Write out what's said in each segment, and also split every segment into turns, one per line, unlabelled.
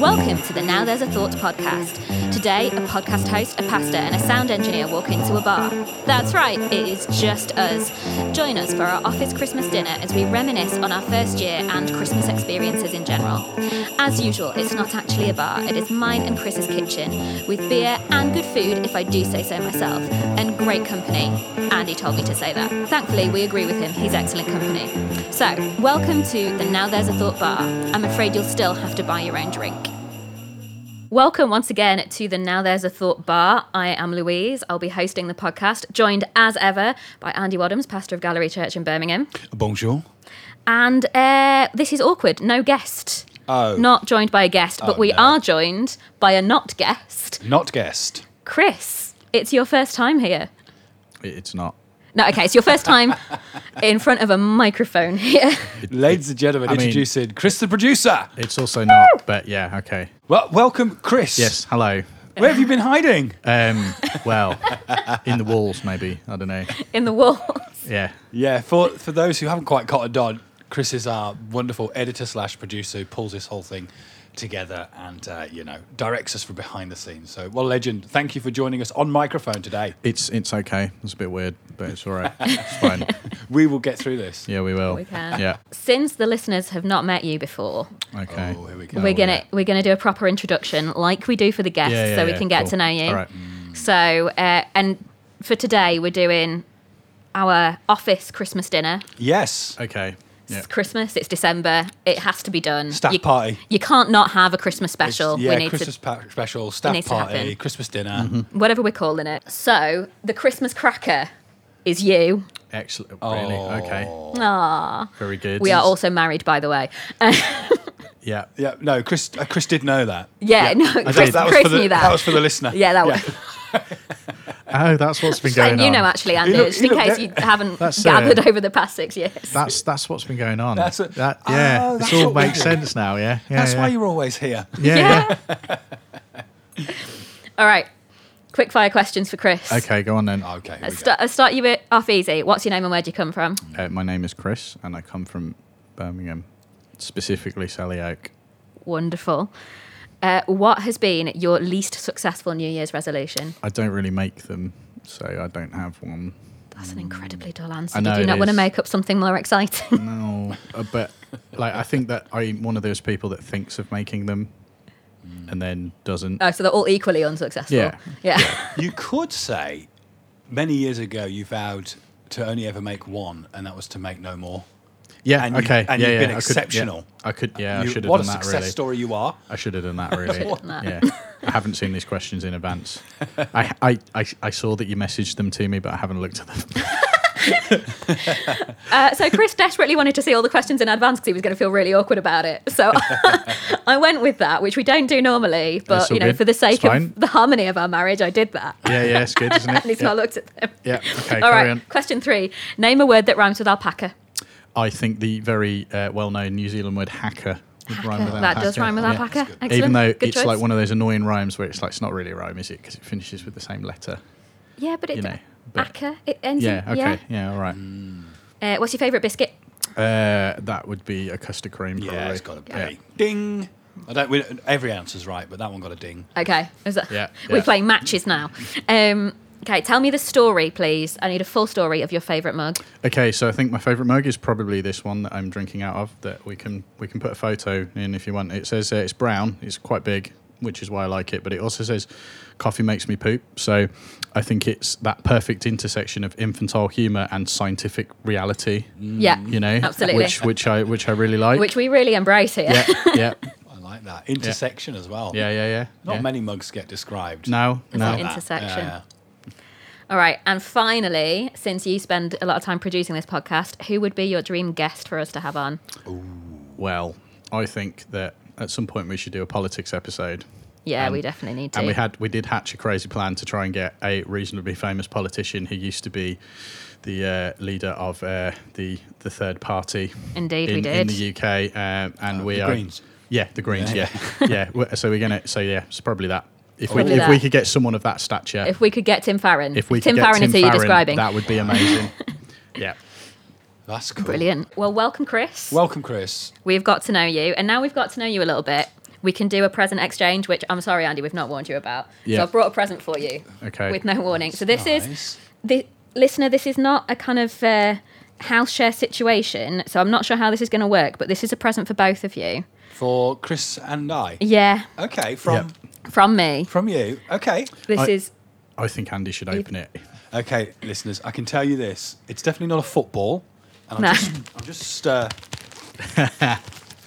Welcome to the Now There's a Thought podcast. Today, a podcast host, a pastor, and a sound engineer walk into a bar. That's right, it is just us. Join us for our office Christmas dinner as we reminisce on our first year and Christmas experiences in general. As usual, it's not actually a bar, it is mine and Chris's kitchen, with beer and good food, if I do say so myself, and great company. Andy told me to say that. Thankfully, we agree with him, he's excellent company. So, welcome to the Now There's a Thought bar. I'm afraid you'll still have to buy your own drink. Welcome once again to the Now There's a Thought Bar. I am Louise. I'll be hosting the podcast, joined as ever by Andy Wadhams, pastor of Gallery Church in Birmingham.
Bonjour.
And uh, this is awkward. No guest.
Oh.
Not joined by a guest, but
Oh,
we
no.
are joined by a not guest,
Not guest.
Chris. It's your first time here.
It's not.
No, okay, it's your first time in front of a microphone here.
Ladies and gentlemen,
I mean-
introducing Chris the producer.
It's also not. But yeah, okay.
Well, welcome, Chris.
Yes. Hello.
Where have you been hiding?
Um. Well, in the walls, maybe. I don't know.
in the walls.
Yeah.
Yeah, for, for those who haven't quite caught it on, Chris is our wonderful editor slash producer who pulls this whole thing together and, uh, you know, directs us from behind the scenes. So, well, legend, thank you for joining us on microphone today.
It's it's okay. It's a bit weird, but it's all right. It's fine.
We will get through this.
Yeah, we will.
We can.
Yeah.
Since the listeners have not met you before,
Okay.
Oh, here we go.
we're gonna
yeah.
we're gonna do a proper introduction like we do for the guests,
Yeah, yeah,
so we
yeah,
can get
cool.
to know you.
All right.
So, uh, and for today, we're doing our office Christmas dinner.
Yes.
Okay. Yeah.
It's Christmas. It's December. It has to be done.
Staff
you,
party.
You can't not have a Christmas special.
Yeah,
we need
Christmas
to
pa- special, staff
needs to
party,
happen.
Christmas dinner.
Mm-hmm.
whatever we're calling it. So the Christmas cracker is you.
Excellent.
Oh.
Really. Okay.
Ah,
Very good.
we are also married, by the way. Uh,
Yeah.
Yeah, no, Chris, uh, Chris did know that.
yeah, no,
I
Chris,
did. that was
Chris
for the,
knew that.
was for the listener.
yeah, that was.
Oh, that's what's been going
and
on.
you know, actually, Andy,
looked-
just
he
in
looked
case
at-
you haven't
That's, uh,
gathered over the past six years.
That's that's what's been going on.
That's a-
that,
Oh,
yeah.
that's
it all
what we
makes
do.
sense now. Yeah. yeah
That's
yeah.
why you're always here.
Yeah. yeah.
All right, quick fire questions for Chris.
Okay. Go on then.
Okay.
Let's start, let's start you wi- off easy. What's your name and where do you come from?
Uh, my name is Chris, and I come from Birmingham, specifically Sally Oak.
Wonderful. Uh, what has been your least successful New Year's resolution?
I don't really make them, so I don't have one.
That's an incredibly dull answer.
Mm. I know
Did you
it
not want to
is.
make up something more exciting?
No, uh, but like I think that I'm one of those people that thinks of making them
Mm.
and then doesn't.
oh, so they're all equally unsuccessful.
Yeah.
Yeah.
You could say many years ago you vowed to only ever make one, and that was to make no more.
yeah.
and you-
okay.
and
yeah,
you've
yeah,
been
I could- yeah,
exceptional.
I could. Yeah.
You-
I should have
what
done
a
that.
success
Really.
story you are.
I should have done that. Really.
have done that.
Yeah. I haven't seen these questions in advance. I, I, I, I saw that you messaged them to me, but I haven't looked at them.
Uh, so Chris desperately wanted to see all the questions in advance because he was going to feel really awkward about it. So I went with that, which we don't do normally, but
That's all
you know,
good.
for the
It's
sake of
fine.
the harmony of our marriage, I did that.
yeah. Yeah. It's good, isn't it?
and he's
yeah.
not looked at them.
yeah. Okay.
all
carry
right.
on.
Question three: Name a word that rhymes with alpaca.
I think the very uh, well-known New Zealand word hacker. would rhyme with
that does
alpaca.
rhyme with
Yeah.
alpaca. Excellent.
Even though
Good
it's
choice.
like one of those annoying rhymes where it's like it's not really a rhyme, is it? Because it finishes with the same letter.
Yeah, but it,
you know, but-
Acker, it ends
Yeah.
in,
Okay. Yeah. all right.
Mm.
Uh, what's your favourite biscuit?
Uh, that would be a custard cream. Probably.
Yeah, it's got to be.
Yeah.
Ding. I don't, we, every answer's right, but that one got a ding.
Okay. Is that,
Yeah,
We're
yeah.
playing matches now. Um, okay, tell me the story, please. I need a full story of your favourite
Mm,
mug.
Okay. So I think my favourite mug is probably this one that I'm drinking out of. That we can we can put a photo in if you want. It says uh, it's brown. It's quite big, which is why I like it. But it also says coffee makes me poop. So I think it's that perfect intersection of infantile humour and scientific reality.
Yeah.
You know,
Absolutely.
which which I which I really like.
Which we really embrace here.
yeah, yeah,
I like that. Intersection as well.
yeah, yeah, yeah.
Not
yeah.
many mugs get described.
No,
like
no.
that.
Intersection.
Yeah,
All right. And finally, since you spend a lot of time producing this podcast, who would be your dream guest for us to have on?
Well, I think that at some point we should do a politics episode.
Yeah,
Um,
we definitely need to.
And we had we did hatch a crazy plan to try and get a reasonably famous politician who used to be the uh, leader of uh, the the third party.
Indeed,
in,
we
in
did.
the UK, um, and we
the
are
Greens.
Yeah, the Greens. Yeah, yeah. We're- So we're gonna. So yeah, it's probably that. If we
Probably
if we
that.
could get someone of that stature,
if we could get Tim Farron.
if we
Tim
could get
Farron
Tim
is who you're
Farron,
describing.
that would be amazing. yeah.
That's cool.
Brilliant. Well, welcome, Chris.
Welcome, Chris.
We've got to know you, and now we've got to know you a little bit. We can do a present exchange, which I'm sorry, Andy, we've not warned you about.
Yeah.
So I've brought a present for you.
Okay.
With no warning. So this
Nice.
is, the listener, this is not a kind of uh, house share situation. So I'm not sure how this is going to work, but this is a present for both of you.
For Chris and I.
Yeah,
Okay, from
Yep.
from me.
from you. Okay.
This
I-
is
I think Andy should open it.
Okay, listeners, I can tell you this. It's definitely not a football. And I'm
No.
just, I'm just uh,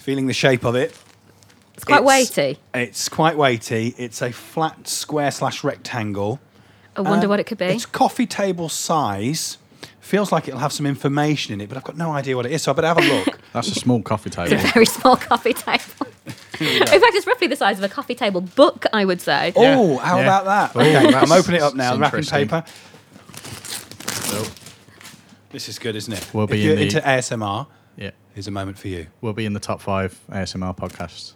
feeling the shape of it.
it's quite weighty.
It's quite weighty. It's a flat square slash rectangle.
I wonder
Um,
what it could be.
It's coffee table size. Feels like it'll have some information in it, but I've got no idea what it is, so I better have a look.
That's a small coffee
It's
table.
a very small coffee table. In fact, it's roughly the size of a coffee table book, I would say.
Yeah.
Oh, how
Yeah.
about that?
Oh,
okay,
that's-
I'm opening it up now.
that's
Wrapping
interesting.
paper.
So,
This is good, isn't it?
We'll
if
be in
you're
the-
into ASMR,
yeah,
here's a moment for you.
we'll be in the top five ASMR podcasts.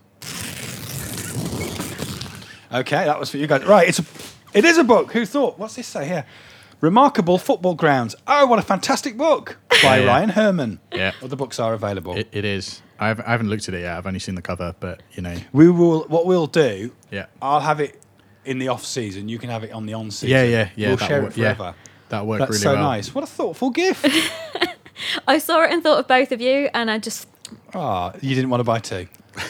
Okay, that was for you guys. Right, it's a, it is a book. Who thought? What's this say here? Remarkable Football Grounds. Oh, what a fantastic book by
Yeah.
Ryan Herman.
Yeah.
Other books are available.
It, it is. I haven't, I haven't looked at it yet. I've only seen the cover, but you know,
we will. What we'll do.
Yeah.
I'll have it in the off season. You can have it on the on season.
yeah, yeah, yeah.
We'll
that
share
wo-
it
yeah,
forever.
that worked
That's
really
so
well.
nice. What a thoughtful gift.
I saw it and thought of both of you, and I just
Ah, you didn't want to buy two.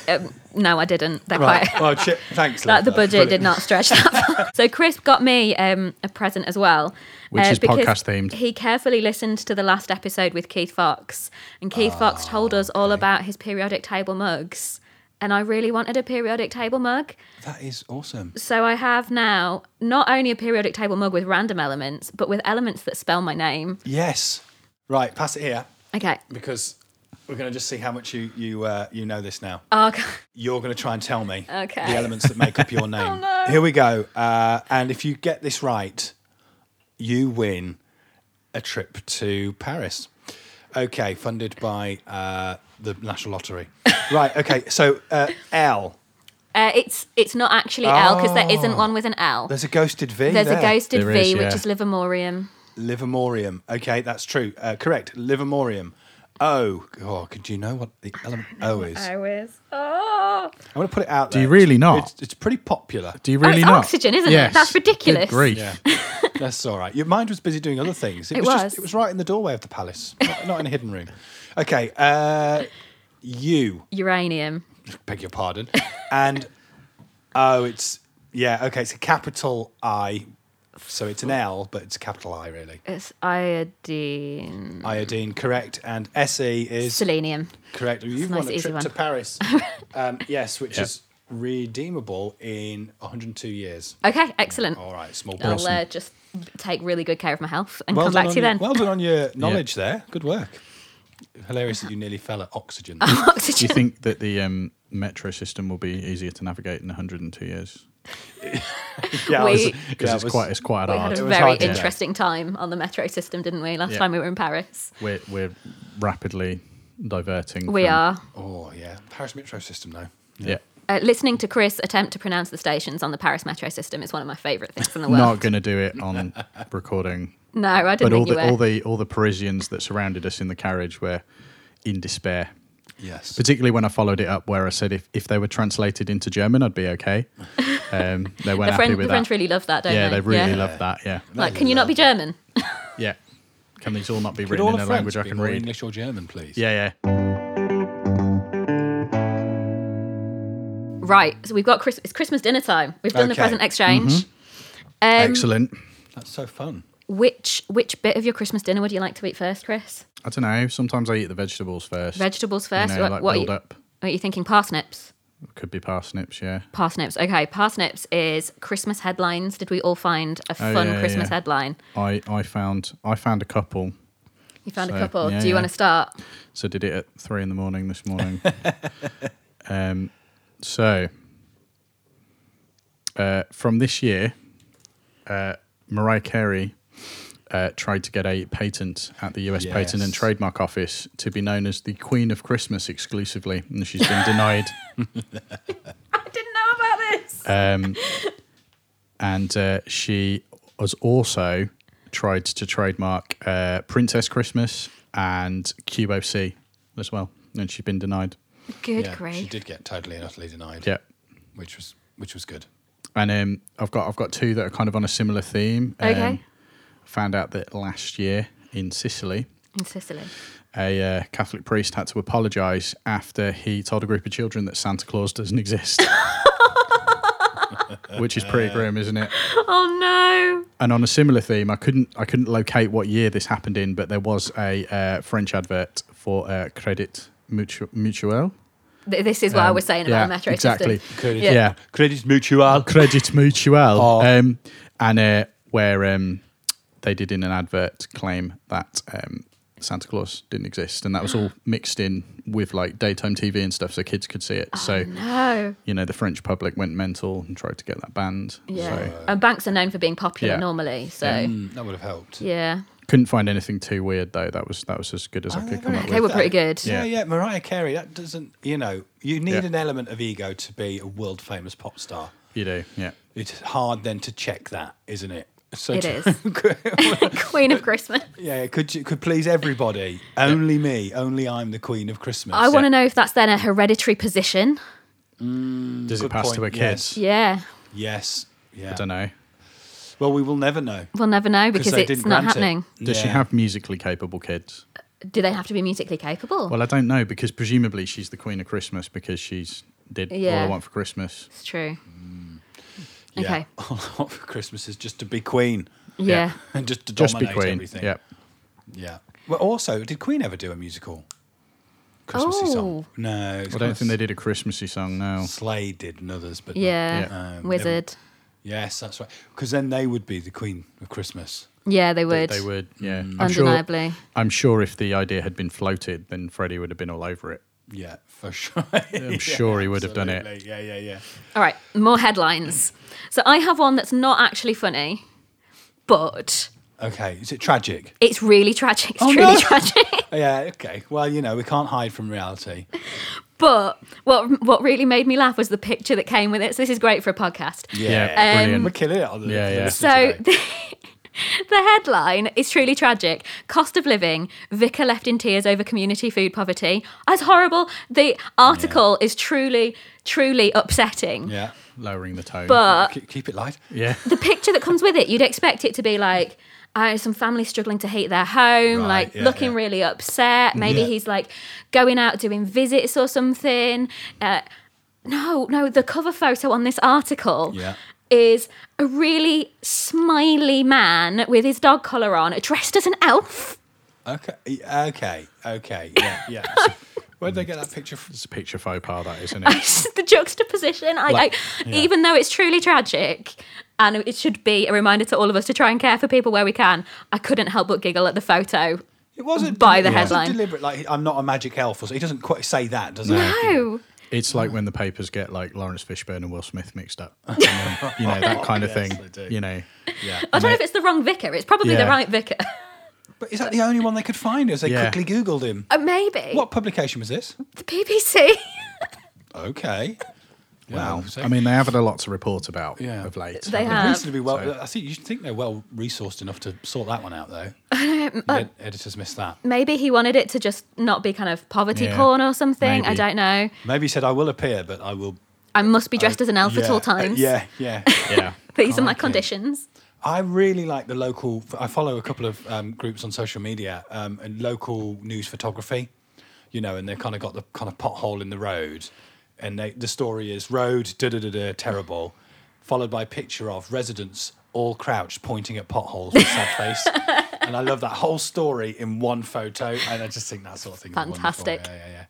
um, no, I didn't. They're
Right.
quite.
well, chi- thanks.
Like the
Liv. That's
budget did
brilliant.
not stretch that far. So Chris got me um, a present as well, uh,
Which is
because
podcast themed.
He carefully listened to the last episode with Keith Fox, and Keith
Ah,
Fox told us all about his periodic table mugs, and I really wanted a periodic table mug.
That is awesome.
So I have now not only a periodic table mug with random elements, but with elements that spell my name.
Yes. Right, pass it here
Okay.
because we're going to just see how much you you uh, you know this now.
Oh, God.
You're going to try and tell me
Okay. Oh,
the elements that make up your name.
no.
Here we go. Uh, and if you get this right, you win a trip to Paris. Okay, funded by uh, the National Lottery. right. Okay. So uh, L.
Uh, it's it's not actually L because there isn't one with an L.
There's a ghosted V.
There's
there.
a ghosted
Ah. There
V,
is,
which
yeah.
is Livermorium.
Livermorium. Okay, that's true. Uh, correct. Livermorium. O. Oh, could you know what the element O is? I'm
is. Oh.
going to put it out there.
you really not?
It's, it's pretty popular.
Do you really
it's
not?
oxygen, isn't it?
Yes.
That's ridiculous.
Good grief.
Yeah, that's all right. Your mind was busy doing other things. It,
It
was,
was.
Just, it was right in the doorway of the palace, not, not in a hidden room. Okay, uh, you
Uranium.
beg your pardon, and oh, it's yeah, okay, it's a capital I, so it's an L, but it's a capital I really.
It's iodine.
Iodine, correct, and Se is
Selenium.
correct. You've
nice,
won a
easy
trip
one.
to Paris, um, yes, which
Yeah.
is redeemable in 102 years.
Okay, excellent.
Oh,
All right, small
I'll
person.
uh, just take really good care of my health and
Well
come
done
back
on
to you
your-
then.
Well done on your knowledge there. Good work. Hilarious that you nearly fell at oxygen.
Do
oxygen.
you think that the um, metro system will be easier to navigate in 102 years?
yeah,
We-
Because
yeah, it
it's
was-
quite it's quite
we had
hard.
a
was
very
hard to-
interesting time on the metro system, didn't we? Last
Yeah.
time we were in Paris.
We're we're rapidly diverting.
We
from-
are.
Oh yeah, Paris Metro system though.
Yeah.
Uh, listening to Chris attempt to pronounce the stations on the Paris metro system is one of my favourite things in the world.
Not going to do it on recording.
no, I didn't
But all
think you
the all
were.
the all the Parisians that surrounded us in the carriage were in despair.
Yes.
Particularly when I followed it up, where I said if, if they were translated into German, I'd be okay. Um, they weren't
The, French,
happy
the
with
French
that.
really love that, don't
yeah,
they?
they really
yeah.
loved that. Yeah,
Like, can you not be German?
yeah. Can these all not be
Could
written
all
in
of
a
France
language I
be
can
more
read?
English or German, please?
Yeah,
Um,
yeah.
Right. So we've got Chris- it's Christmas dinner time. We've done the
Okay.
present exchange.
Mm-hmm.
Um,
Excellent.
That's so fun.
Which which bit of your Christmas dinner would you like to eat first, Chris?
I don't know. Sometimes I eat the vegetables first.
Vegetables
you
first.
know, like
are
build
you,
up.
What are you thinking? Parsnips.
Could be parsnips. Yeah.
Parsnips. Okay. Parsnips is Christmas headlines. Did we all find a fun
Oh, yeah,
Christmas
yeah.
headline?
I I found I found a couple.
You found a
So,
couple.
yeah,
Do you
yeah.
want to start?
So did it at three in the morning this morning. um, so uh, from this year, uh, Mariah Carey uh, tried to get a patent at the U.S. Patent and
Yes.
Trademark Office to be known as the Queen of Christmas exclusively, and she's been denied.
I didn't know about this.
Um, and uh, she has also tried to trademark uh, Princess Christmas and Cubo C as well. And she's been denied.
Good
yeah,
grief.
she did get totally and utterly denied.
Yeah.
which was which was good.
And um, I've got I've got two that are kind of on a similar theme. Um,
Okay.
Found out that last year in Sicily,
In Sicily.
a uh, Catholic priest had to apologise after he told a group of children that Santa Claus doesn't exist. Which is pretty grim, isn't it?
Oh no.
And on a similar theme, I couldn't I couldn't locate what year this happened in, but there was a uh, French advert for uh, Credit Mutu- Mutuel.
Th- This is what Oh, I was saying about
Um,
the
yeah,
metro
exactly.
system.
Credit,
Yeah.
Yeah.
Credit Mutual.
Credit Mutuel.
Oh.
Um, and uh, where um, they did in an advert claim that um, Santa Claus didn't exist. And that was all mixed in with like daytime TV and stuff so kids could see it. so,
Oh, Ah. No.
you know, the French public went mental and tried to get that banned.
Yeah.
So
and banks are known for being popular
Yeah. Um,
normally, so
Mm, that would have helped.
yeah.
couldn't find anything too weird though. That was that was as good as I
Oh,
could
they're
come up
very
They
with.
were pretty good.
Yeah.
Yeah.
yeah, Mariah Carey. That doesn't, you know, you need
Yeah.
an element of ego to be a world famous pop star.
You do, yeah.
It's hard then to check that, isn't it? So
It
to-
is. Queen of Christmas.
yeah, could you could please everybody? Only me. Only I'm the queen of Christmas.
I want to know if that's then a hereditary position.
Does it
Mm. Good
pass to her
point,
kids?
Yeah.
Yes. Yeah.
I don't know.
Well, we will never know
We'll never know because
they
it's
didn't
not
grant
happening.
It.
Does she
Yeah.
have musically capable kids?
Do they have to be musically capable?
Well, I don't know because presumably she's the queen of Christmas because she's did all
Yeah.
I want for Christmas.
it's true.
Yeah.
Okay.
All I want for Christmas is just to be queen
Yeah.
and just to
Just be
dominate
queen.
everything.
Yep.
Yeah. Well, also, did Queen ever do a musical Christmassy song?
Oh.
No.
I don't think they did a Christmassy song. No.
Slade did and others, but not-
Yeah.
Yeah.
Um,
Wizard.
yes, that's right. Because then they would be the Queen of Christmas.
Yeah, they would.
They would. Yeah.
Mm.
I'm sure.
Undeniably.
I'm sure if the idea had been floated, then Freddie would have been all over it.
Yeah, for sure.
I'm sure he would have done it.
Yeah, yeah, yeah.
All right, more headlines. So I have one that's not actually funny, but
Okay, is it tragic?
it's really tragic. It's
Oh,
truly
no.
tragic.
Yeah, okay. Well, you know, we can't hide from reality.
But what what really made me laugh was the picture that came with it. So this is great for a podcast.
Yeah.
Um,
We're
brilliant.
killing it on the
Yeah,
the
yeah.
listen
So
today.
the, the headline is truly tragic. Cost of living, vicar left in tears over community food poverty. As horrible. The article is truly truly upsetting.
yeah.
Lowering the tone.
But
Keep, keep it light.
yeah.
the picture that comes with it, you'd expect it to be like, oh, some family struggling to heat their home,
Right,
like
yeah,
looking
yeah.
really upset. Maybe
Yeah.
he's like going out doing visits or something. Uh, no, no, the cover photo on this article
Yeah.
is a really smiley man with his dog collar on, dressed as an elf.
Okay, okay, okay. Yeah, yeah. Where'd they get that picture from?
It's a picture faux pas, that isn't it?
the juxtaposition. I,
Like-
I even though it's truly tragic, and it should be a reminder to all of us to try and care for people where we can. I couldn't help but giggle at the photo.
It wasn't
By the
it wasn't
headline.
deliberate. Like I'm not a magic elf, or so. he doesn't quite say that, does he?
No.
It's like when the papers get like Lawrence Fishburne and Will Smith mixed up. And then, you know, that kind
Yes,
of thing.
they do.
You know.
Yeah.
I don't know if it's the wrong vicar. It's probably the
Yeah.
right vicar.
But is that the only one they could find? As they
Yeah.
quickly Googled him.
Uh, Maybe.
What publication was this?
The BBC.
Okay.
Wow.
Wow.
I mean, they haven't a lot to report about
Yeah.
of late.
They
They're
have.
reasonably well.
So-
I think you should think they're well resourced enough to sort that one out, though. The ed- editors missed that.
Maybe he wanted it to just not be kind of poverty
Yeah.
porn or something. I
Maybe.
don't know.
Maybe he said, "I will appear, but I will."
I must be dressed as an elf
yeah,
at all
uh,
times.
yeah, yeah.
Yeah.
These are my
Okay.
conditions.
I really like the local. I follow a couple of um, groups on social media um, and local news photography, you know, and they've kind of got the kind of pothole in the road, and they, the story is road da da da da terrible, followed by a picture of residents all crouched pointing at potholes with sad face, and I love that whole story in one photo, and I just think that sort of thing. is wonderful.
Fantastic.
Yeah, yeah, yeah.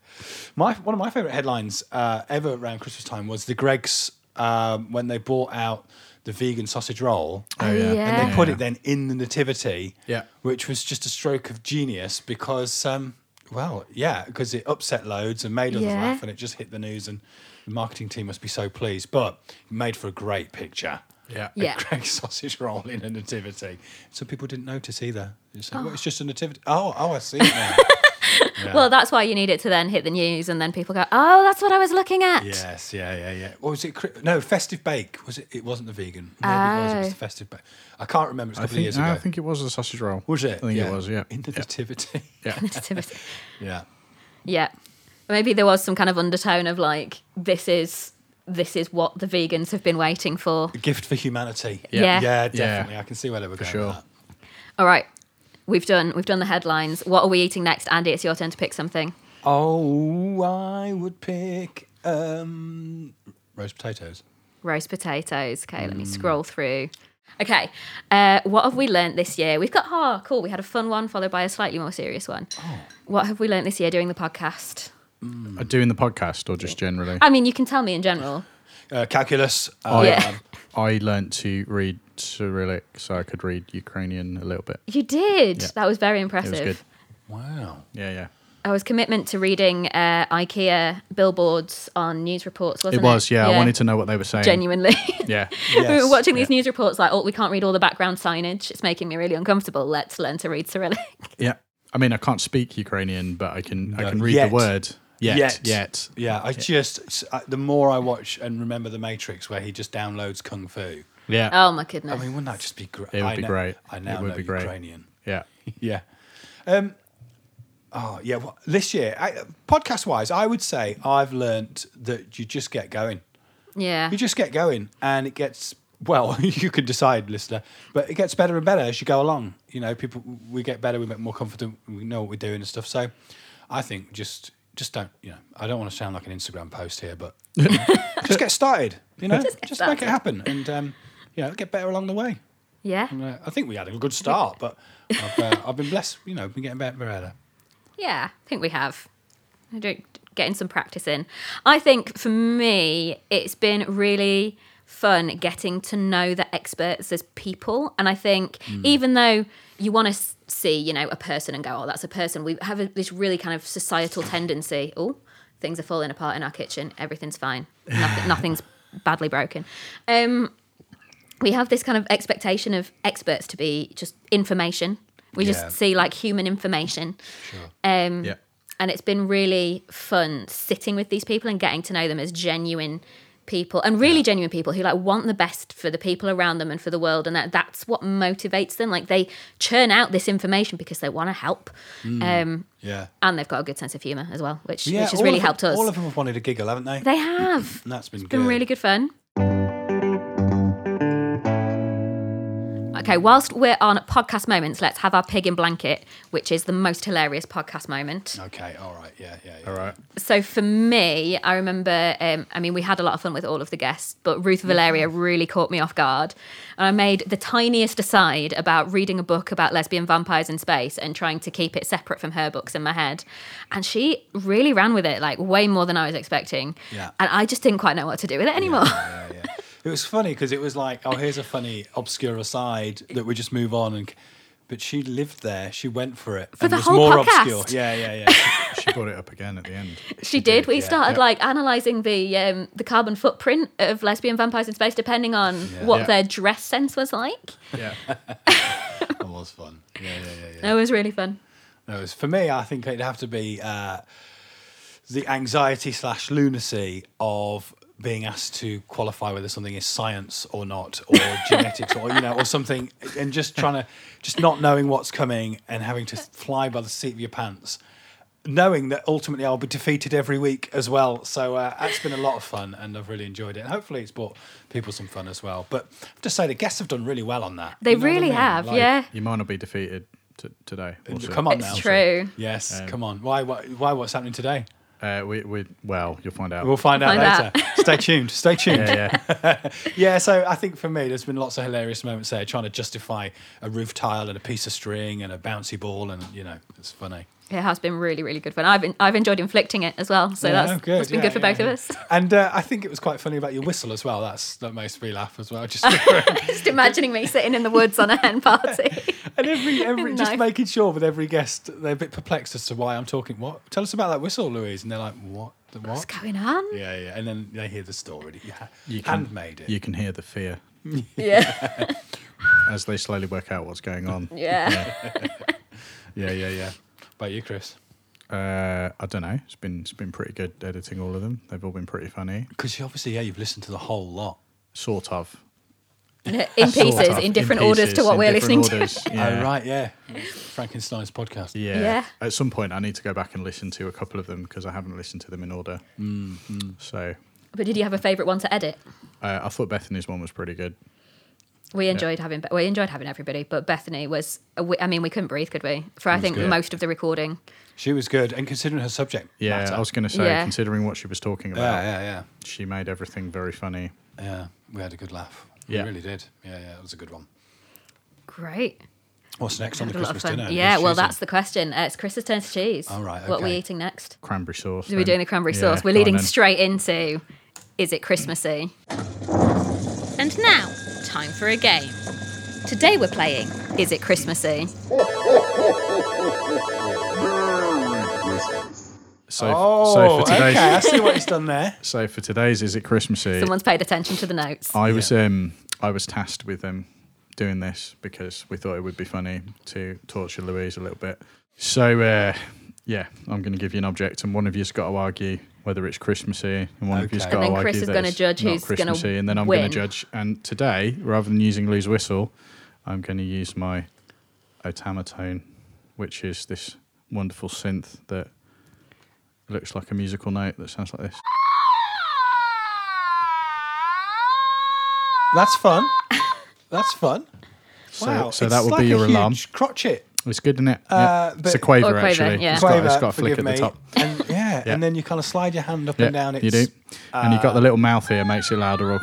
My one of my favorite headlines uh, ever around Christmas time was the Greggs um, when they bought out the vegan sausage roll
Oh, yeah.
and they put it then in the nativity
Yeah.
which was just a stroke of genius because um well yeah because it upset loads and made others
Yeah.
laugh and it just hit the news and the marketing team must be so pleased but it made for a great picture
Yeah.
Yeah.
a great sausage roll in a nativity some people didn't notice either They said, well, it's just a nativity oh oh i oh, see it now Yeah.
Well, that's why you need it to then hit the news, and then people go, "Oh, that's what I was looking at."
Yes, yeah, yeah, yeah. What was it? Cri- No, Festive Bake. Was it? It wasn't the vegan. Maybe it was. It was the
Oh.
Festive Bake. I can't remember. It's a
I
couple
think,
of years
no,
ago.
I think it was a sausage roll.
was it?
I think it was, yeah.
In the nativity.
Yeah.
Nativity.
yeah.
yeah, maybe there was some kind of undertone of like, "This is this is what the vegans have been waiting for."
A gift for humanity.
Yeah.
Yeah,
Yeah.
definitely. I can see where they were going.
sure.
With that.
All right, we've done we've done the headlines. What are we eating next, Andy? It's your turn to pick something.
Oh, I would pick um, roast potatoes.
Roast potatoes. Okay,
Mm.
let me scroll through. Okay, uh, what have we learnt this year? We've got oh cool. We had a fun one followed by a slightly more serious one.
Oh.
What have we learnt this year doing the podcast?
Uh, Doing the podcast or just generally?
I mean, you can tell me in general.
Uh, calculus. Uh,
I,
Yeah.
I learnt to read Cyrillic so I could read Ukrainian a little bit.
You did.
Yeah.
That was very
It
impressive.
was good.
Wow.
Yeah, yeah.
I was commitment to reading uh, IKEA billboards on news reports, wasn't
It
it?
was, yeah, I wanted to know what they were saying.
Genuinely.
Yeah.
we were
Yes.
watching these news reports like, oh, we can't read all the background signage. It's making me really uncomfortable. Let's learn to read Cyrillic.
Yeah. I mean, I can't speak Ukrainian, but I can I
No,
can read
yet.
the word. Yet. Yet. yet.
Yeah, I just s- I- the more I watch and remember the Matrix, where he just downloads kung fu.
Yeah.
oh, my goodness.
I mean, wouldn't that just be great?
It would
I
be
know-
great.
I now
It would
know
be great.
Ukrainian.
Yeah.
Mm.
Yeah. Um, oh yeah. Well, this year, I, podcast wise, I would say I've learnt that you just get going.
yeah.
You just get going, and it gets well. you can decide, listener, but it gets better and better as you go along. You know, people we get better, we get more confident, we know what we're doing and stuff. So, I think just just don't. You know, I don't want to sound like an Instagram post here, but just get started. You know, just, make it
started.
happen, and um, you know, get better along the way.
yeah.
And, uh, I think we had a good start, but I've, uh, I've been blessed. You know, been getting better, and better.
Yeah. I think we have. I don't getting some practice in. I think for me, it's been really fun getting to know the experts as people. And I think even though you want to see, you know, a person and go, oh, that's a person, we have a, this really kind of societal tendency. Oh, things are falling apart in our kitchen. Everything's fine. Nothing, nothing's badly broken. Um, we have this kind of expectation of experts to be just information. We
Yeah.
just see like human information.
Sure.
Um,
Yeah.
And it's been really fun sitting with these people and getting to know them as genuine people and really genuine people who like want the best for the people around them and for the world and that that's what motivates them like they churn out this information because they want to help um
Yeah.
and they've got a good sense of humor as well which
Mm. Yeah,
which has
all
really
of them-
helped us
All of them have wanted a giggle, haven't they?
they have
and that's been
been
good.
really good fun. Okay, whilst we're on podcast moments, let's have our pig in blanket, which is the most hilarious podcast moment.
Okay, all right, yeah, yeah, yeah.
All right.
So for me, I remember, um, I mean, we had a lot of fun with all of the guests, but Ruth Valeria really caught me off guard. And I made the tiniest aside about reading a book about lesbian vampires in space and trying to keep it separate from her books in my head. And she really ran with it, like way more than I was expecting.
Yeah.
And I just didn't quite know what to do with it anymore.
Yeah, yeah. It was funny because it was like, oh, here's a funny, obscure aside that we just move on. And but she lived there. She went for it for and
the
was
whole
more
podcast.
obscure. Yeah, yeah, yeah.
She brought it up again at the end.
She did. We
yeah.
started
Yeah.
like analysing the um, the carbon footprint of lesbian vampires in space, depending on
Yeah.
what
Yeah.
their dress sense was like.
Yeah.
that was fun. Yeah, yeah, yeah, yeah.
That was really fun.
That was for me. I think it'd have to be uh, the anxiety slash lunacy of being asked to qualify whether something is science or not, or genetics, or you know, or something, and just trying to just not knowing what's coming and having to fly by the seat of your pants. Knowing that ultimately I'll be defeated every week as well, so uh, that's been a lot of fun, and I've really enjoyed it. And hopefully, it's brought people some fun as well. But I have to say, the guests have done really well on that.
They
You know what I
really
mean?
have.
Like,
yeah.
You might not be defeated t- today. We'll see.
Come on
It's
now.
true.
Yes,
Um,
come on. Why, why? Why? What's happening today?
Uh, we, we, well, you'll find out.
We'll find out
Find
later.
out.
Stay tuned. Stay tuned.
yeah,
yeah.
yeah.
So I think for me, there's been lots of hilarious moments there, trying to justify a roof tile and a piece of string and a bouncy ball, and you know, it's funny.
It has been really, really good fun. I've been, I've enjoyed inflicting it as well, so
Yeah,
that's,
oh, good.
that's been
Yeah,
good for
yeah,
both
yeah.
of us.
And uh, I think it was quite funny about your whistle as well. That's that makes me laugh as well. Just
Just imagining me sitting in the woods on a hen party.
and every every just
Nice.
making sure with every guest they're a bit perplexed as to why I'm talking. What? Tell us about that whistle, Louise. And they're like, what? The
What's
what?
going on?
Yeah, yeah. And then they hear the story. that You, ha-
You can-
handmade it.
You can hear the fear
Yeah,
as they slowly work out what's going on.
yeah.
Yeah, yeah, yeah. About you, Chris.
Uh, I don't know. It's been it's been pretty good editing all of them. They've all been pretty funny.
Because obviously, yeah, you've listened to the whole lot.
Sort of.
in pieces,
Sort of.
in different orders
pieces,
to what
in
we're listening
different
to.
orders. Yeah.
Oh, right, yeah. Frankenstein's podcast.
Yeah.
Yeah.
At some point, I need to go back and listen to a couple of them because I haven't listened to them in order.
Mm-hmm.
So
But did you have a favourite one to edit?
uh, I thought Bethany's one was pretty good.
We enjoyed having Be- we enjoyed having everybody, but Bethany was. We, I mean, we couldn't breathe, could we? For I think
good.
most of the recording.
She was good. And considering her subject
Yeah,
matter.
I was going to say,
Yeah.
considering what she was talking about,
yeah, yeah, yeah.
she made everything very funny.
Yeah, we had a good laugh.
Yeah.
We really did. Yeah, yeah, it was a good one.
Great.
What's next on
Had
the
a lot of
Christmas
fun.
dinner?
Yeah,
Who's
well,
choosing?
that's the question. Uh, it's Chris's turn to choose.
All right,
What are we
okay.
eating next?
Cranberry sauce.
So we're
then.
doing the cranberry
Yeah,
sauce. We're
go on
leading
then.
straight into is it Christmassy? And now, time for a game. Today we're playing Is It Christmassy?
So,
Oh,
so for today's,
okay. I see what he's done there.
so for today's, is it Christmassy?
Someone's paid attention to the notes.
I was um I was tasked with um doing this because we thought it would be funny to torture Louise a little bit. So uh, yeah, I'm going to give you an object, and one of you's got to argue whether it's Christmassy, and one of you's
Okay.
got
And
then
to argue
Chris is
that
gonna
it's
judge
not
who's gonna
Christmassy, and then I'm going
win.
to judge. And today, rather than using Lou's whistle, I'm going to use my otamatone, which is this wonderful synth that looks like a musical note that sounds like this.
That's fun. That's fun.
So,
wow.
so
it's
that would
like
be your
a
alarm.
Huge crotchet.
It's good, isn't it?
Uh,
yeah. It's a
but-
quaver,
Or quaver,
actually.
yeah.
It's got, it's
Quaver,
got a flick at
forgive
the
me.
top.
And, yeah,
Yeah.
and then you kind of slide your hand up
Yeah,
and down. It's, uh,
you do. and you've got the little mouth here, makes it louder or,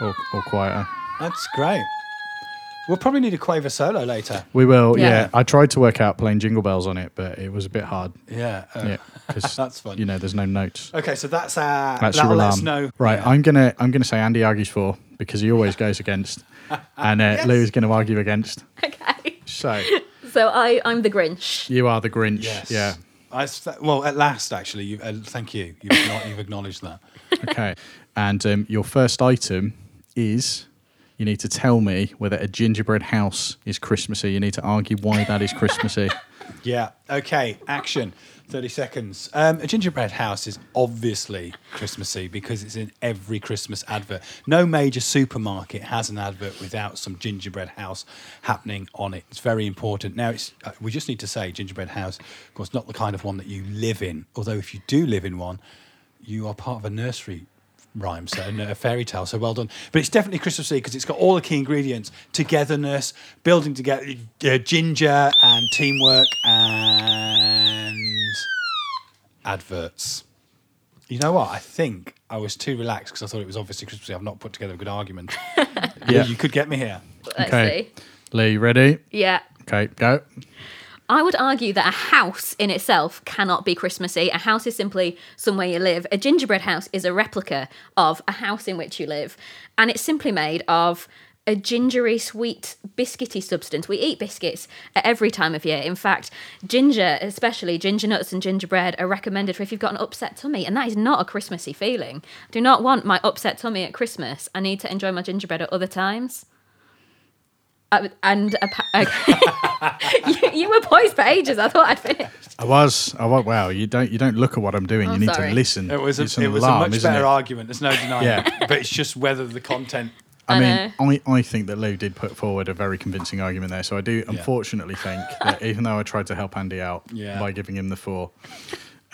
or, or quieter.
That's great. We'll probably need a quaver solo later.
We will,
Yeah.
yeah. I tried to work out playing jingle bells on it, but it was a bit hard.
Yeah. uh,
Yeah, because
That's fun.
You know, there's no notes.
Okay, so that's uh,
That's
that'll
your
let us
alarm.
know.
Right,
Yeah.
I'm gonna I'm gonna say Andy argues for because he always goes against, and uh, Lou is gonna argue against.
Okay.
So
So I, I'm the Grinch.
you are the Grinch.
Yes.
Yeah.
I s- well, at last, actually, you, uh, thank you. You've, acknow- you've acknowledged that.
Okay. And um, your first item is you need to tell me whether a gingerbread house is Christmassy. You need to argue why that is Christmassy.
Yeah. Okay. Action. Thirty seconds. Um, a gingerbread house is obviously Christmassy because it's in every Christmas advert. No major supermarket has an advert without some gingerbread house happening on it. It's very important. Now, it's uh, we just need to say gingerbread house. Of course, not the kind of one that you live in. Although, if you do live in one, you are part of a nursery rhyme, so and a fairy tale. So well done. But it's definitely Christmassy because it's got all the key ingredients: togetherness, building together, uh, ginger, and teamwork, and adverts. You know what? I think I was too relaxed because I thought it was obviously Christmassy. I've not put together a good argument.
Yeah.
you could get me here.
Let's
Okay. Lou, you ready?
see. Yeah.
Okay, go.
I would argue that a house in itself cannot be Christmassy. A house is simply somewhere you live. A gingerbread house is a replica of a house in which you live. And it's simply made of a gingery, sweet, biscuity substance. We eat biscuits at every time of year. In fact, ginger, especially ginger nuts and gingerbread, are recommended for if you've got an upset tummy. And that is not a Christmassy feeling. I do not want my upset tummy at Christmas. I need to enjoy my gingerbread at other times. Uh, and appa- okay. you, you were poised for ages. I thought I'd finished.
I was. I was. Wow. You don't. You don't look at what I'm doing.
Oh,
you need
sorry.
to listen.
It was
It's
a,
an
it was
alarm,
a much
isn't
better
it?
argument. There's no denying
Yeah.
it. But it's just whether the content.
I
I
mean, I, I think that Lou did put forward a very convincing argument there. So I do unfortunately think that even though I tried to help Andy out
Yeah.
by giving him the four,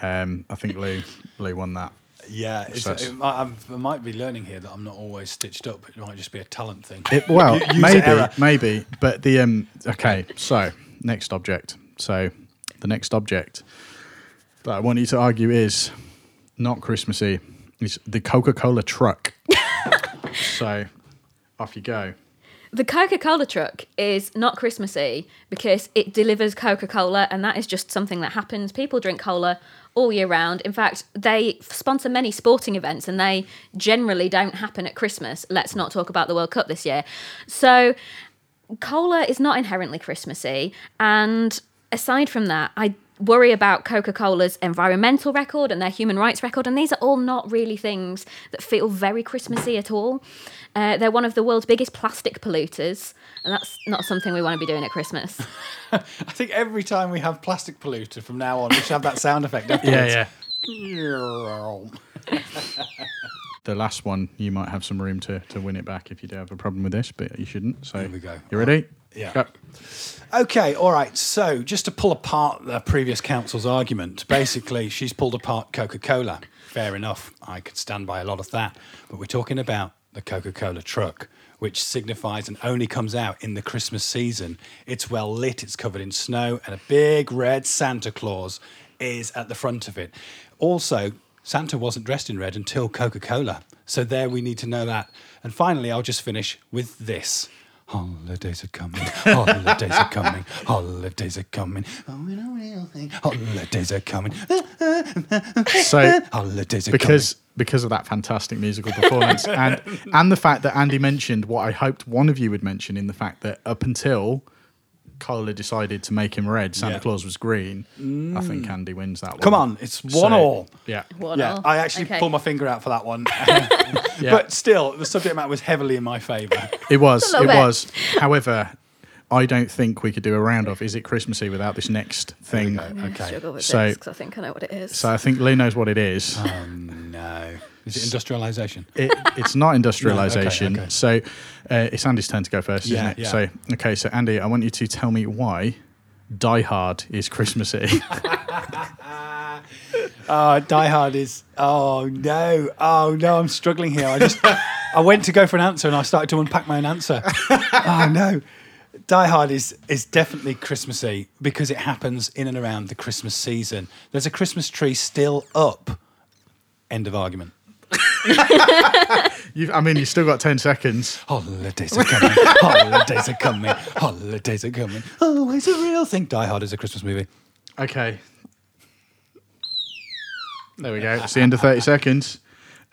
um, I think Lou Lou won that.
Yeah, it's,
So it's-
it might, I'm, I might be learning here that I'm not always stitched up. It might just be a talent thing.
It, well,
User
maybe,
error.
maybe, but the um. Okay, so next object. So the next object that I want you to argue is not Christmassy. It's the Coca-Cola truck. so off you go.
The Coca Cola truck is not Christmassy because it delivers Coca Cola, and that is just something that happens. People drink cola all year round. In fact, they sponsor many sporting events, and they generally don't happen at Christmas. Let's not talk about the World Cup this year. So, cola is not inherently Christmassy, and aside from that, I worry about Coca Cola's environmental record and their human rights record. And these are all not really things that feel very Christmassy at all. Uh, they're one of the world's biggest plastic polluters, and that's not something we want to be doing at Christmas.
I think every time we have plastic polluter from now on, we should have that sound effect. afterwards.
The last one, you might have some room to, to win it back if you do have a problem with this, but you shouldn't. So
we go.
You ready?
Yeah.
Go.
Okay, all right. So, just to pull apart the previous council's argument, basically, she's pulled apart Coca Cola. Fair enough. I could stand by a lot of that. But we're talking about the Coca Cola truck, which signifies and only comes out in the Christmas season. It's well lit, it's covered in snow, and a big red Santa Claus is at the front of it. Also, Santa wasn't dressed in red until Coca Cola. So, there we need to know that. And finally, I'll just finish with this. Holidays are coming. Holidays are coming. Holidays are coming. Oh, you know, real thing. Holidays are coming.
So
Holidays are
because because of that fantastic musical performance and and the fact that Andy mentioned what I hoped one of you would mention in the fact that up until Cola decided to make him red, Santa
Yeah.
Claus was green. I think Andy wins that one.
coming. Come on, it's
So-
one all.
Yeah.
One
Yeah,
all.
I actually
Okay.
pulled my finger out for that one.
Yeah.
But still, the subject matter was heavily in my favour.
It was.
A
It
little bit.
was. However, I don't think we could do a round of is it Christmassy without this next thing.
Okay.
Struggle with
So-
this 'cause I think I know what it is.
So I think Lou knows what it is.
Ah. Um, No. Is it industrialisation?
it, it's not industrialization.
okay.
So uh, it's Andy's turn to go first,
Yeah,
isn't it?
yeah.
So okay, so Andy, I want you to tell me why Die Hard is Christmassy.
Oh, Die Hard is. Oh no! Oh no! I'm struggling here. I just. I went to go for an answer and I started to unpack my own answer. oh no! Die Hard is is definitely Christmassy because it happens in and around the Christmas season. There's a Christmas tree still up. End of argument.
you, I mean, you still got ten seconds.
Holidays are coming. Holidays are coming. Holidays are coming. Oh, it's a real thing. Die Hard is a Christmas movie.
Okay. There we go. It's the end of thirty seconds.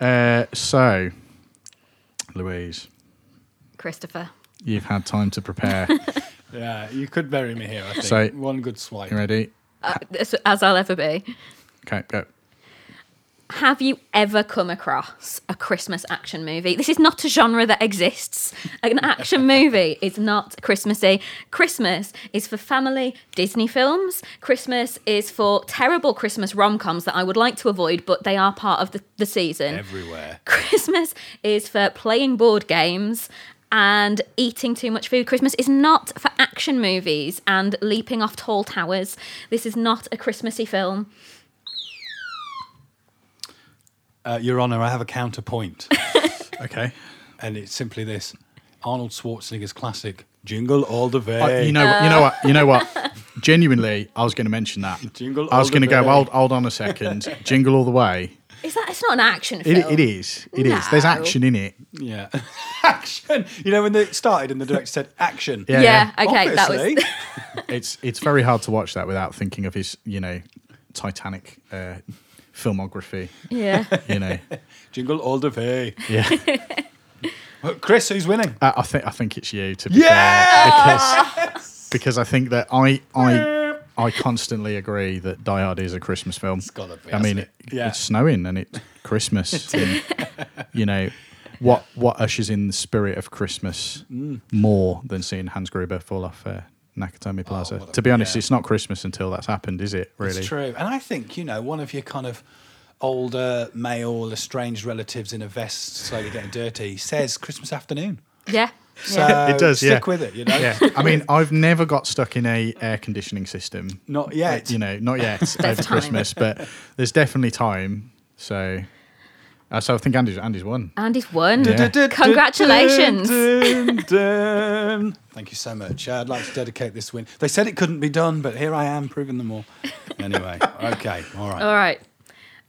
Uh, so, Louise,
Christopher.
you've had time to prepare.
Yeah, you could bury me here. I think
So-
one good swipe.
You ready?
Uh, as- as I'll ever be.
Okay, go.
Have you ever come across a Christmas action movie? This is not a genre that exists. An action movie is not Christmassy. Christmas is for family Disney films. Christmas is for terrible Christmas rom coms that I would like to avoid, but they are part of the, the season.
Everywhere.
Christmas is for playing board games and eating too much food. Christmas is not for action movies and leaping off tall towers. This is not a Christmassy film.
Uh, Your Honour, I have a counterpoint.
Okay.
and it's simply this: Arnold Schwarzenegger's classic "Jingle All the Way."
I- Uh, you know, what you know what, you know what. Genuinely, I was going to mention that.
Jingle
I was
all
going to
the
go.
way.
Hold, hold on a second. Jingle all the way.
Is that? It's not an action
It,
film.
it is. It is. There's
No.
action in it.
yeah, action. You know when they started and the director said action.
Yeah.
Yeah.
okay,
Obviously.
that was.
It's it's very hard to watch that without thinking of his you know Titanic uh, filmography.
Yeah.
You know.
Jingle All the Way.
Yeah.
Well, Chris, who's winning?
I, I think I think it's you to be
Yeah!
fair because because I think that I I. I constantly agree that Die Hard is a Christmas film. It's
gotta be,
I mean,
hasn't
it,
it? Yeah.
it's snowing and it's Christmas. and, you know, what what ushers in the spirit of Christmas
Mm.
more than seeing Hans Gruber fall off uh, Nakatomi Plaza?
Oh, what a-
to be honest,
yeah.
it's not Christmas until that's happened, is it? Really?
It's true. And I think, you know, one of your kind of older male estranged relatives in a vest slowly getting dirty says Christmas afternoon.
yeah.
So
yeah.
It does,
Stick
yeah.
with it, you know.
Yeah, I mean, I've never got stuck in a air conditioning system.
Not yet.
you know, not yet
There's
over
time.
Christmas, but there's definitely time. So, uh, so I think Andy's Andy's won.
Andy's won.
Yeah.
Congratulations.
Dun, dun, dun. Thank you so much. Uh, I'd like to dedicate this win. They said it couldn't be done, but here I am proving them all. Anyway, okay, all right.
All right.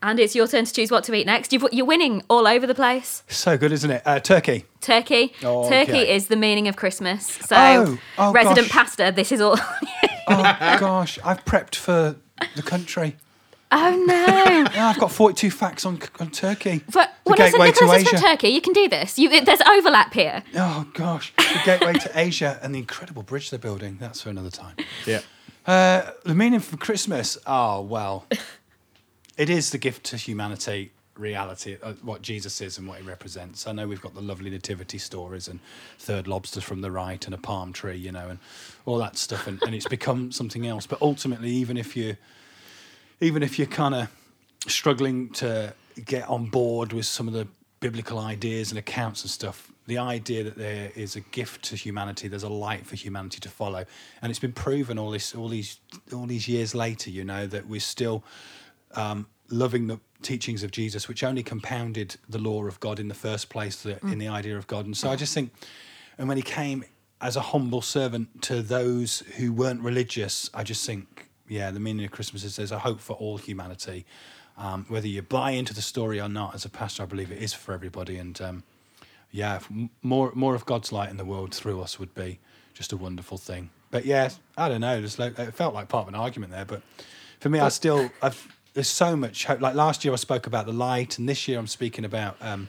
Andy, it's your turn to choose what to eat next. You've, you're winning all over the place.
So good, isn't it? Uh, turkey.
Turkey.
Oh,
Turkey
okay.
is the meaning of Christmas. So,
Oh, oh,
resident
gosh.
pasta, this is all.
Oh gosh, I've prepped for the country.
oh, no.
Now I've got 42 facts on, on Turkey.
But
The
well, listen,
gateway to
Nicholas is from
Asia.
Turkey. You can do this. You, there's overlap here.
Oh gosh, the gateway to Asia and the incredible bridge they're building. That's for another time.
Yeah.
Uh, the meaning for Christmas? Oh, well, it is the gift to humanity, reality, uh, what Jesus is and what he represents. I know we've got the lovely nativity stories and third lobsters from the right and a palm tree, you know, and all that stuff. And, and it's become something else. But ultimately, even if you, even if you're kind of struggling to get on board with some of the biblical ideas and accounts and stuff, the idea that there is a gift to humanity, there's a light for humanity to follow, and it's been proven all this, all these, all these years later. You know that we're still um, loving the teachings of Jesus, which only compounded the law of God in the first place, the, in the idea of God. And so I just think, and when he came as a humble servant to those who weren't religious, I just think, yeah, the meaning of Christmas is there's a hope for all humanity. Um, whether you buy into the story or not, as a pastor, I believe it is for everybody. And um, yeah, if m- more more of God's light in the world through us would be just a wonderful thing. But yeah, I don't know. Just like, it felt like part of an argument there, but for me, I still I've, there's so much hope. Like last year, I spoke about the light, and this year I'm speaking about um,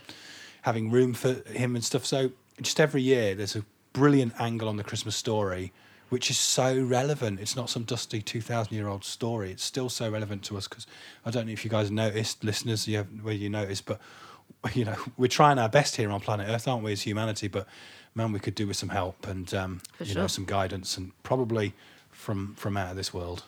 having room for him and stuff. So just every year, there's a brilliant angle on the Christmas story, which is so relevant. It's not some dusty 2,000 year old story. It's still so relevant to us because I don't know if you guys noticed, listeners, you have, whether you noticed, but you know, we're trying our best here on planet Earth, aren't we, as humanity? But man, we could do with some help and um,
For
you know
sure.
some guidance and probably from from out of this world.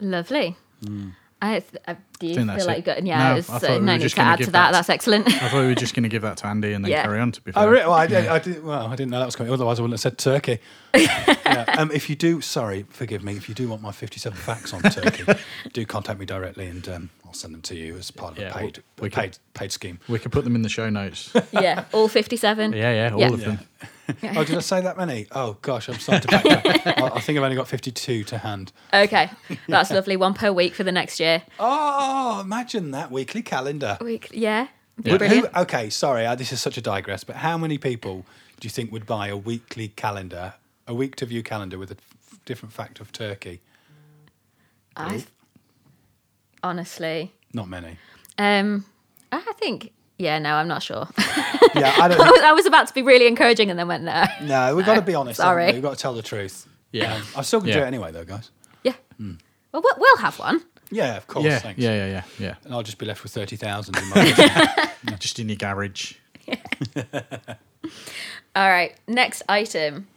Lovely.
Hmm.
I, th- I do you
think
feel
that's
like
it.
got
No,
yeah,
I
there's
thought
uh,
we
no
were
need
just
to
gonna
add
give
to that.
that.
That's excellent.
I thought we were just going to give that to Andy and then
Yeah.
carry on. To be fair,
Oh, really? Well, I did. I did. Well, I didn't know that was coming. Otherwise, I wouldn't have said Turkey. Yeah, Um, if you do, sorry, forgive me. If you do want my 57 facts on Turkey, do contact me directly, and um, I'll send them to you as part of
Yeah,
a paid,
we- we
a
can-
paid, paid scheme.
we could put them in the show notes.
yeah, all 57.
yeah, yeah, all
Yeah.
of them.
Oh, did I say that many? Oh gosh, I'm starting to backtrack. I, I think I've only got 52 to hand.
Okay, that's lovely. One per week for the next year.
Oh, imagine that weekly calendar.
Week, yeah, Be
Yeah.
brilliant.
Who, okay, sorry, uh, this is such a digress, but how many people do you think would buy a weekly calendar, a week to view calendar with a f- different fact of Turkey?
I, honestly,
Not many.
um, I think yeah. No, I'm not sure.
Yeah, I don't. Think,
I was about to be really encouraging and then went no.
no, we've got to be honest. haven't we?
sorry.
we've got to tell the truth.
Yeah.
um, I still can do
Yeah.
it anyway, though, guys.
Yeah.
Hmm.
Well, we'll- we'll have one.
Yeah, of course.
Yeah,
thanks.
yeah, yeah, yeah, yeah.
And I'll just be left with thirty thousand. Well,
Just in your garage.
All right. Next item.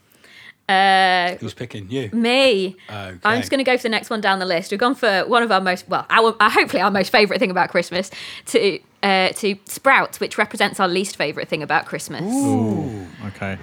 Uh,
who's picking you?
me.
Uh,
Okay.
I'm just going to go for the next one down the list. We've gone for one of our most, well, our, uh, hopefully our most favourite thing about Christmas to uh, to sprout, which represents our least favourite thing about Christmas.
Ooh, okay.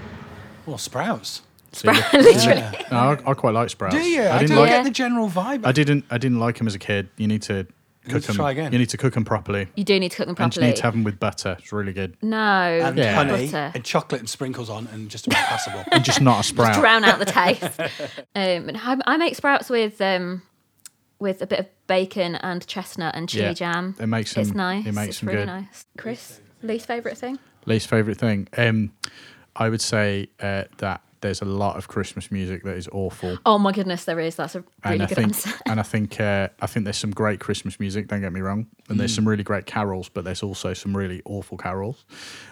Well, sprouts.
So you-
Literally.
Yeah.
No, I, I quite like sprouts.
Do you?
I
I,
didn't
don't
like.
get
Yeah.
the general vibe.
I didn't. I didn't like them as a kid. You need to cook
need to
them.
try again.
You need to cook them properly.
You do need to cook them
And you
properly.
need to have them with butter. It's really good.
no.
and
Yeah.
honey
Butter.
and chocolate and sprinkles on, and just about passable.
And just not a sprout.
Drown out the taste. um, and I, I make sprouts with um, with a bit of bacon and chestnut and chili
Yeah.
jam.
It makes
It's
them-
nice.
it makes
it's
them
really
good.
nice. Chris, least favourite thing?
Least favorite thing. Um, I would say uh, that there's a lot of Christmas music that is awful.
Oh my goodness, there is. That's a really
and I
good
think,
answer.
and I think, uh, I think there's some great Christmas music. Don't get me wrong. And
Mm.
there's some really great carols, but there's also some really awful carols,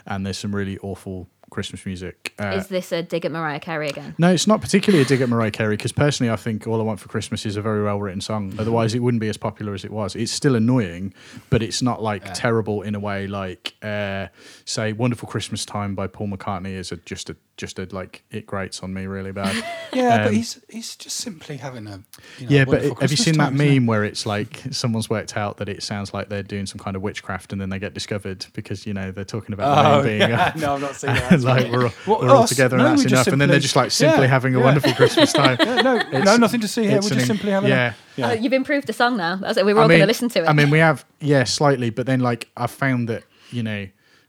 and there's some really awful Christmas music. Uh,
is this a dig at Mariah Carey again?
No, it's not particularly a dig at Mariah Carey because personally, I think all I want for Christmas is a very well written song.
Mm-hmm.
Otherwise, it wouldn't be as popular as it was. It's still annoying, but it's not like terrible in a way like, uh, say, "Wonderful Christmas Time" by Paul McCartney is a, just a just a like it grates on me really bad.
Yeah, but he's he's just simply having a you know,
Um, yeah, but
wonderful
it- have you
Christmas
seen that
time, isn't it?
meme where it's like someone's worked out that it sounds like they're doing some kind of witchcraft and then they get discovered because you know they're talking about the
Oh,
name being
yeah.
up.
no, I've not seen that.
And, like we're, all-
What,
we're all
us?
together
No,
and that's
we
enough,
just
and then
simply-
they're just like simply
yeah,
having a
yeah.
wonderful Christmas time.
No, no, nothing to see here.
it's
We're
an
just
in-
simply having
yeah.
a. Uh, Yeah.
Oh, you've improved the song now. That's it. We were all going to listen to it.
I mean, we have, yeah, slightly, but then like I found that you know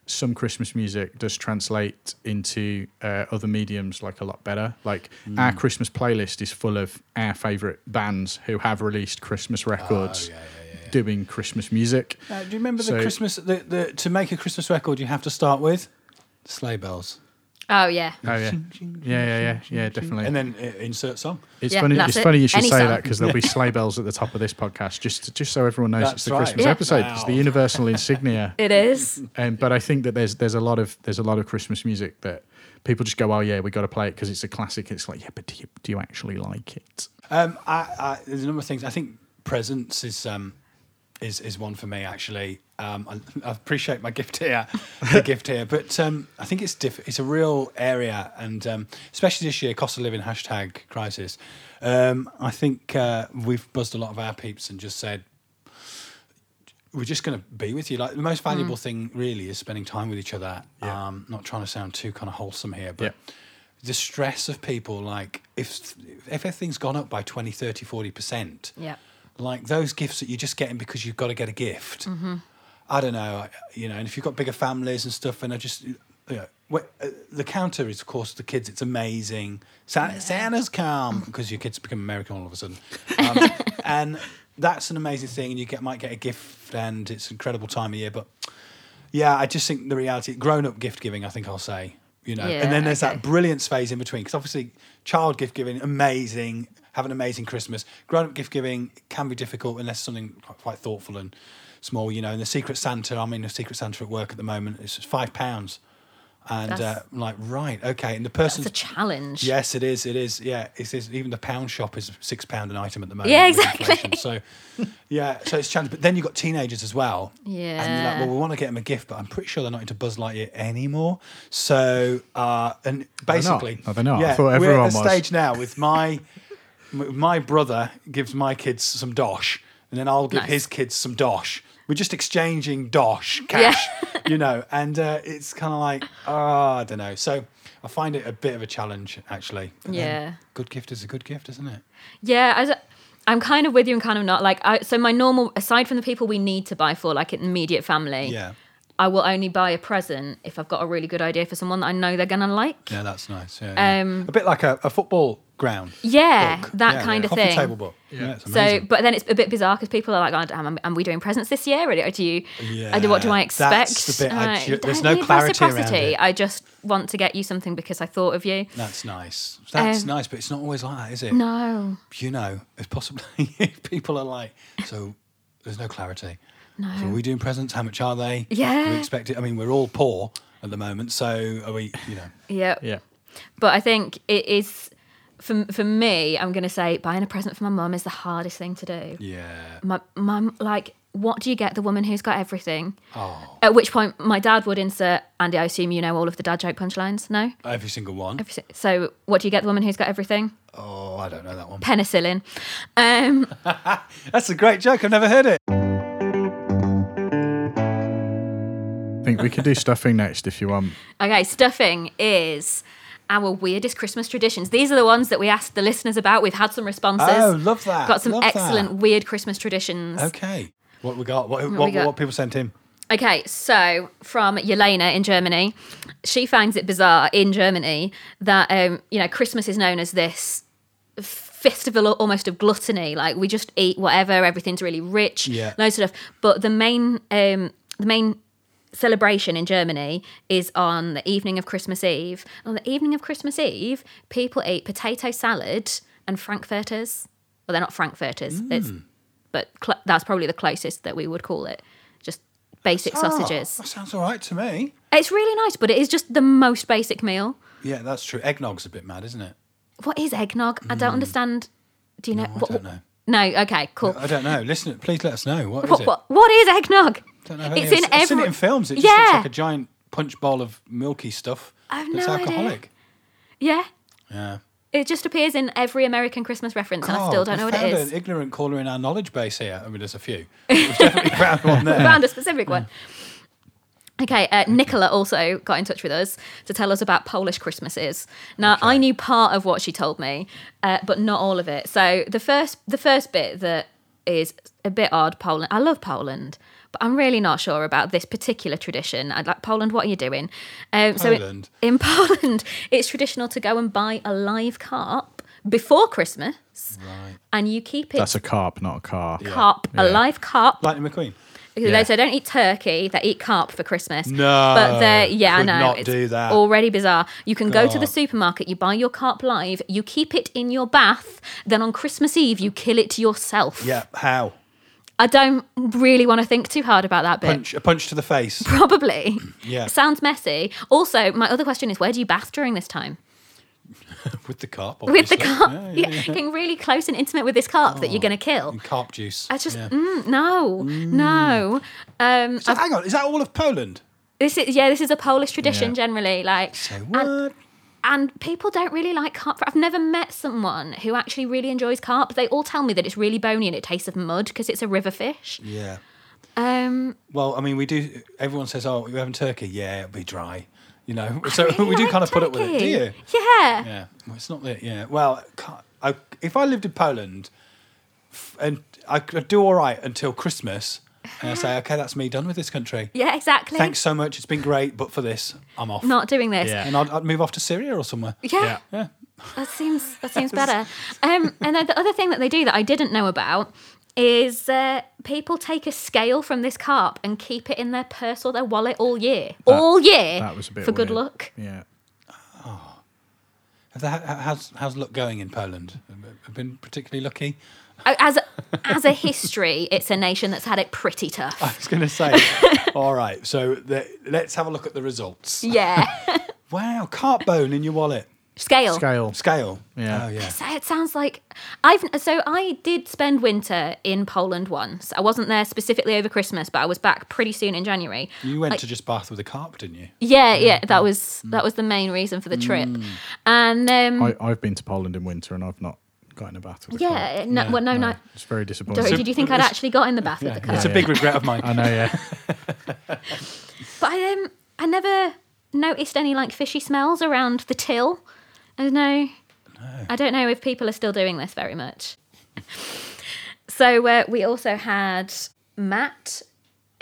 some Christmas music does translate into uh, other mediums like a lot better. Like
Mm.
our Christmas playlist is full of our favorite bands who have released Christmas
Oh,
records. Doing Christmas music.
Uh, do you remember
So-
the Christmas? The, the, to make a Christmas record, you have to start with sleigh bells,
oh yeah.
Oh yeah, yeah, yeah, yeah, yeah, definitely.
and then uh, insert song.
It's
Yeah,
funny.
that's
It's
it.
funny you should
Any
say
song.
that because there'll be sleigh bells at the top of this podcast, just just so everyone knows it's
That's
the
right.
Christmas
Yeah.
episode. It's the
Wow.
universal insignia.
It is.
Um, but I think that there's there's a lot of there's a lot of Christmas music that people just go, "Oh yeah, we got to play it because it's a classic." It's like, yeah, but do you, do you actually like it?
Um, I, I, there's a number of things. I think presence is um, is is one for me actually. Um, I, I appreciate my gift here, the gift here, but um, I think it's diff- It's a real area, and um, especially this year, cost of living hashtag crisis. Um, I think uh, we've buzzed a lot of our peeps and just said we're just going to be with you. Like the most valuable thing really is spending time with each other.
Mm. Yeah.
Um, not trying to sound too kind of wholesome here, but
Yeah.
the stress of people, like if if everything's gone up by 20, 30, 40%,
Yeah.
like those gifts that you're just getting because you've got to get a gift. I don't know, I- you know, and if you've got bigger families and stuff, and I just, you know, what- uh, the counter is, of course, the kids. It's amazing. Santa, Santa's come because your kids become American all of a sudden, um, and that's an amazing thing. And you get might get a gift, and it's an incredible time of year. But yeah, I just think the reality, grown-up gift giving, I think I'll say, you know,
Yeah,
and then there's
okay.
that brilliance phase in between because obviously child gift giving amazing have an amazing christmas grown-up gift giving can be difficult unless something quite, quite thoughtful and small you know and the secret santa i'm in a secret santa at work at the moment it's just five pounds and uh,
That's-
I'm like right okay and the
It's
person's
a challenge.
Yes, it is. It is. Yeah, it is. Even the pound shop is six pound an item at the moment.
Yeah,
with
exactly.
inflation. So, yeah, so it's challenging. But then you've got teenagers as well. And you're
Yeah.
like, well, we want to get them a gift, but I'm pretty sure they're not into Buzz Lightyear anymore. So, uh, and basically,
No, Oh, they're not. I
Yeah,
thought
we're
everyone
at the
was.
stage now with my m- my brother gives my kids some dosh, and then I'll give
Nice.
his kids some dosh. We're just exchanging dosh cash, you know, and uh, it's kind of like ah, I don't know. So I find it a bit of a challenge, actually. But then
Yeah.
good gift is a good gift, isn't it?
Yeah, I, d- I'm kind of with you and kind of not. Like, I, so my normal, aside from the people we need to buy for, like an immediate family,
Yeah,
I will only buy a present if I've got a really good idea for someone that I know they're gonna like.
yeah, that's nice. Yeah, yeah.
Um,
a bit like a, a football ground.
Yeah,
book.
that
Yeah,
kind of
coffee
thing.
Table book. Yeah, it's
So,
amazing.
but then it's a bit bizarre because people are like, oh, damn, are we doing presents this year? Or do you, I do, what do I
Yeah,
expect?
that's the bit
And
I
I'm like,
ju-
"You
there's
don't
no
need
clarity around
reciprocity.
it."
I just want to get you something because I thought of you.
That's nice. That's
Um,
nice, but it's not always like that, is it?
No,
You know, if possibly people are like, so there's no clarity.
no.
So are we doing presents? How much are they?
Yeah.
We expect it. I mean, we're all poor at the moment, so are we? You know,
yeah.
Yeah,
But I think it is, for, for me, I'm going to say buying a present for my mum is the hardest thing to do.
yeah.
My mum, like, what do you get the woman who's got everything?
Oh,
At which point, my dad would insert, Andy, I assume you know all of the dad joke punchlines, no?
every single one.
Every si- So, what do you get the woman who's got everything?
Oh, I don't know that one.
Penicillin. Um,
That's a great joke. I've never heard it.
I think we could do stuffing next if you want.
Okay, stuffing is our weirdest Christmas traditions. These are the ones that we asked the listeners about. We've had some responses.
Oh, love that.
Got some
love that.
excellent weird Christmas traditions. Okay.
Okay. What we got? What,
we
what,
got?
what people sent in?
so from Yelena in Germany, she finds it bizarre in Germany that um, you know Christmas is known as this festival almost of gluttony. Like we just eat whatever, everything's really rich,
Yeah.
loads of stuff. But the main um, the main celebration in Germany is on the evening of Christmas Eve. On the evening of Christmas Eve, people eat potato salad and frankfurters. Well, they're not frankfurters,
Mm.
it's, but cl- that's probably the closest that we would call it. Just basic
Oh,
sausages.
that sounds all right to me.
It's really nice, but it is just the most basic meal.
Yeah, that's true. Eggnog's a bit mad, isn't it?
What is eggnog? I don't understand. Do you know?
Mm. I
what,
don't know.
No, okay, cool.
I don't know. Listen, please let us know. What is
What,
it?
what, what is eggnog?
Don't know if
It's
any-
in
I've seen
every-
it in films. It just
Yeah.
looks like a giant punch bowl of milky stuff.
I have
that's
no idea.
alcoholic.
Yeah.
Yeah.
It just appears in every American Christmas reference, and I
God,
still don't
we
know what it
found
is.
An ignorant caller in our knowledge base here. I mean, there's a few. We've definitely found one there.
Found a specific one. Okay, uh, Nicola also got in touch with us to tell us about Polish Christmases. Now, I knew part of what she told me, uh, but not all of it. So the first, the first bit that is a bit odd, Poland. I love Poland, but I'm really not sure about this particular tradition. I'd like Poland. What are you doing? Um, so in,
Poland.
in Poland, it's traditional to go and buy a live carp before Christmas,
Right.
and you keep it
That's a carp, not a car.
carp, a
Yeah.
live carp.
Lightning McQueen.
Because
Yeah.
they, so they don't eat turkey, they eat carp for Christmas.
No,
But they're, yeah, I
could
know.
not
it's
do that.
already bizarre. You can go to the
God.
supermarket, you buy your carp live, you keep it in your bath, then on Christmas Eve, you kill it yourself.
Yeah. How?
I don't really want to think too hard about that bit.
Punch, a punch to the face.
Probably.
Yeah.
Sounds messy. Also, my other question is where do you bath during this time?
With the carp.
With the
obviously.
carp.
Yeah,
Yeah,
yeah, yeah.
Getting really close and intimate with this carp that you're going to kill.
And carp juice.
I just,
Yeah.
mm, no, no. Um,
So hang on, is that all of Poland?
this is, yeah, this is a Polish tradition
Yeah.
generally. Like,
So
and-
what?
and people don't really like carp. I've never met someone who actually really enjoys carp. They all tell me that it's really bony and it tastes of mud because it's a river fish.
Yeah.
Um,
Well, I mean, we do. Everyone says, "Oh, we're having turkey." Yeah, it'll be dry. You know, so we do kind of put up with it. Do you?
Yeah.
Yeah. Well, it's not that. Yeah. Well, ca- I, if I lived in Poland, f- and I would do all right until Christmas, and I
Uh-huh.
say, "Okay, that's me done with this country.
Yeah, exactly.
Thanks so much. It's been great, but for this, I'm off."
Not doing this.
Yeah.
And I'd, I'd move off to Syria or somewhere.
Yeah.
Yeah.
That seems that seems better. Um, and then the other thing that they do that I didn't know about is uh, people take a scale from this carp and keep it in their purse or their wallet all year, all year
That was a bit
for good
weird.
luck.
Yeah.
Have they, ha- how's how's luck going in Poland? Have been particularly lucky?
Uh, As as a history, it's a nation that's had it pretty tough.
I was going to say. all right, so the, let's have a look at the results.
Yeah,
Wow, carp bone in your wallet.
scale.
Scale.
Scale.
Yeah.
Oh yeah.
So it sounds like I've so I did spend winter in Poland once. I wasn't there specifically over Christmas, but I was back pretty soon in January.
You went to just bath with a carp, didn't you?
Yeah, Mm. yeah, that was that was the main reason for the trip. And um,
I, I've been to Poland in winter and I've not gotten a bath with a carp. Oh,
Yeah, no, well, no, no.
It's very disappointing.
Dory,
So-
did you think I'd
it's-
actually got in the bath with the car?
It's a big regret of mine.
I know, yeah.
But I, um, I never noticed any like fishy smells around the till. I don't know. I don't know if people are still doing this very much. so uh, we also had Matt,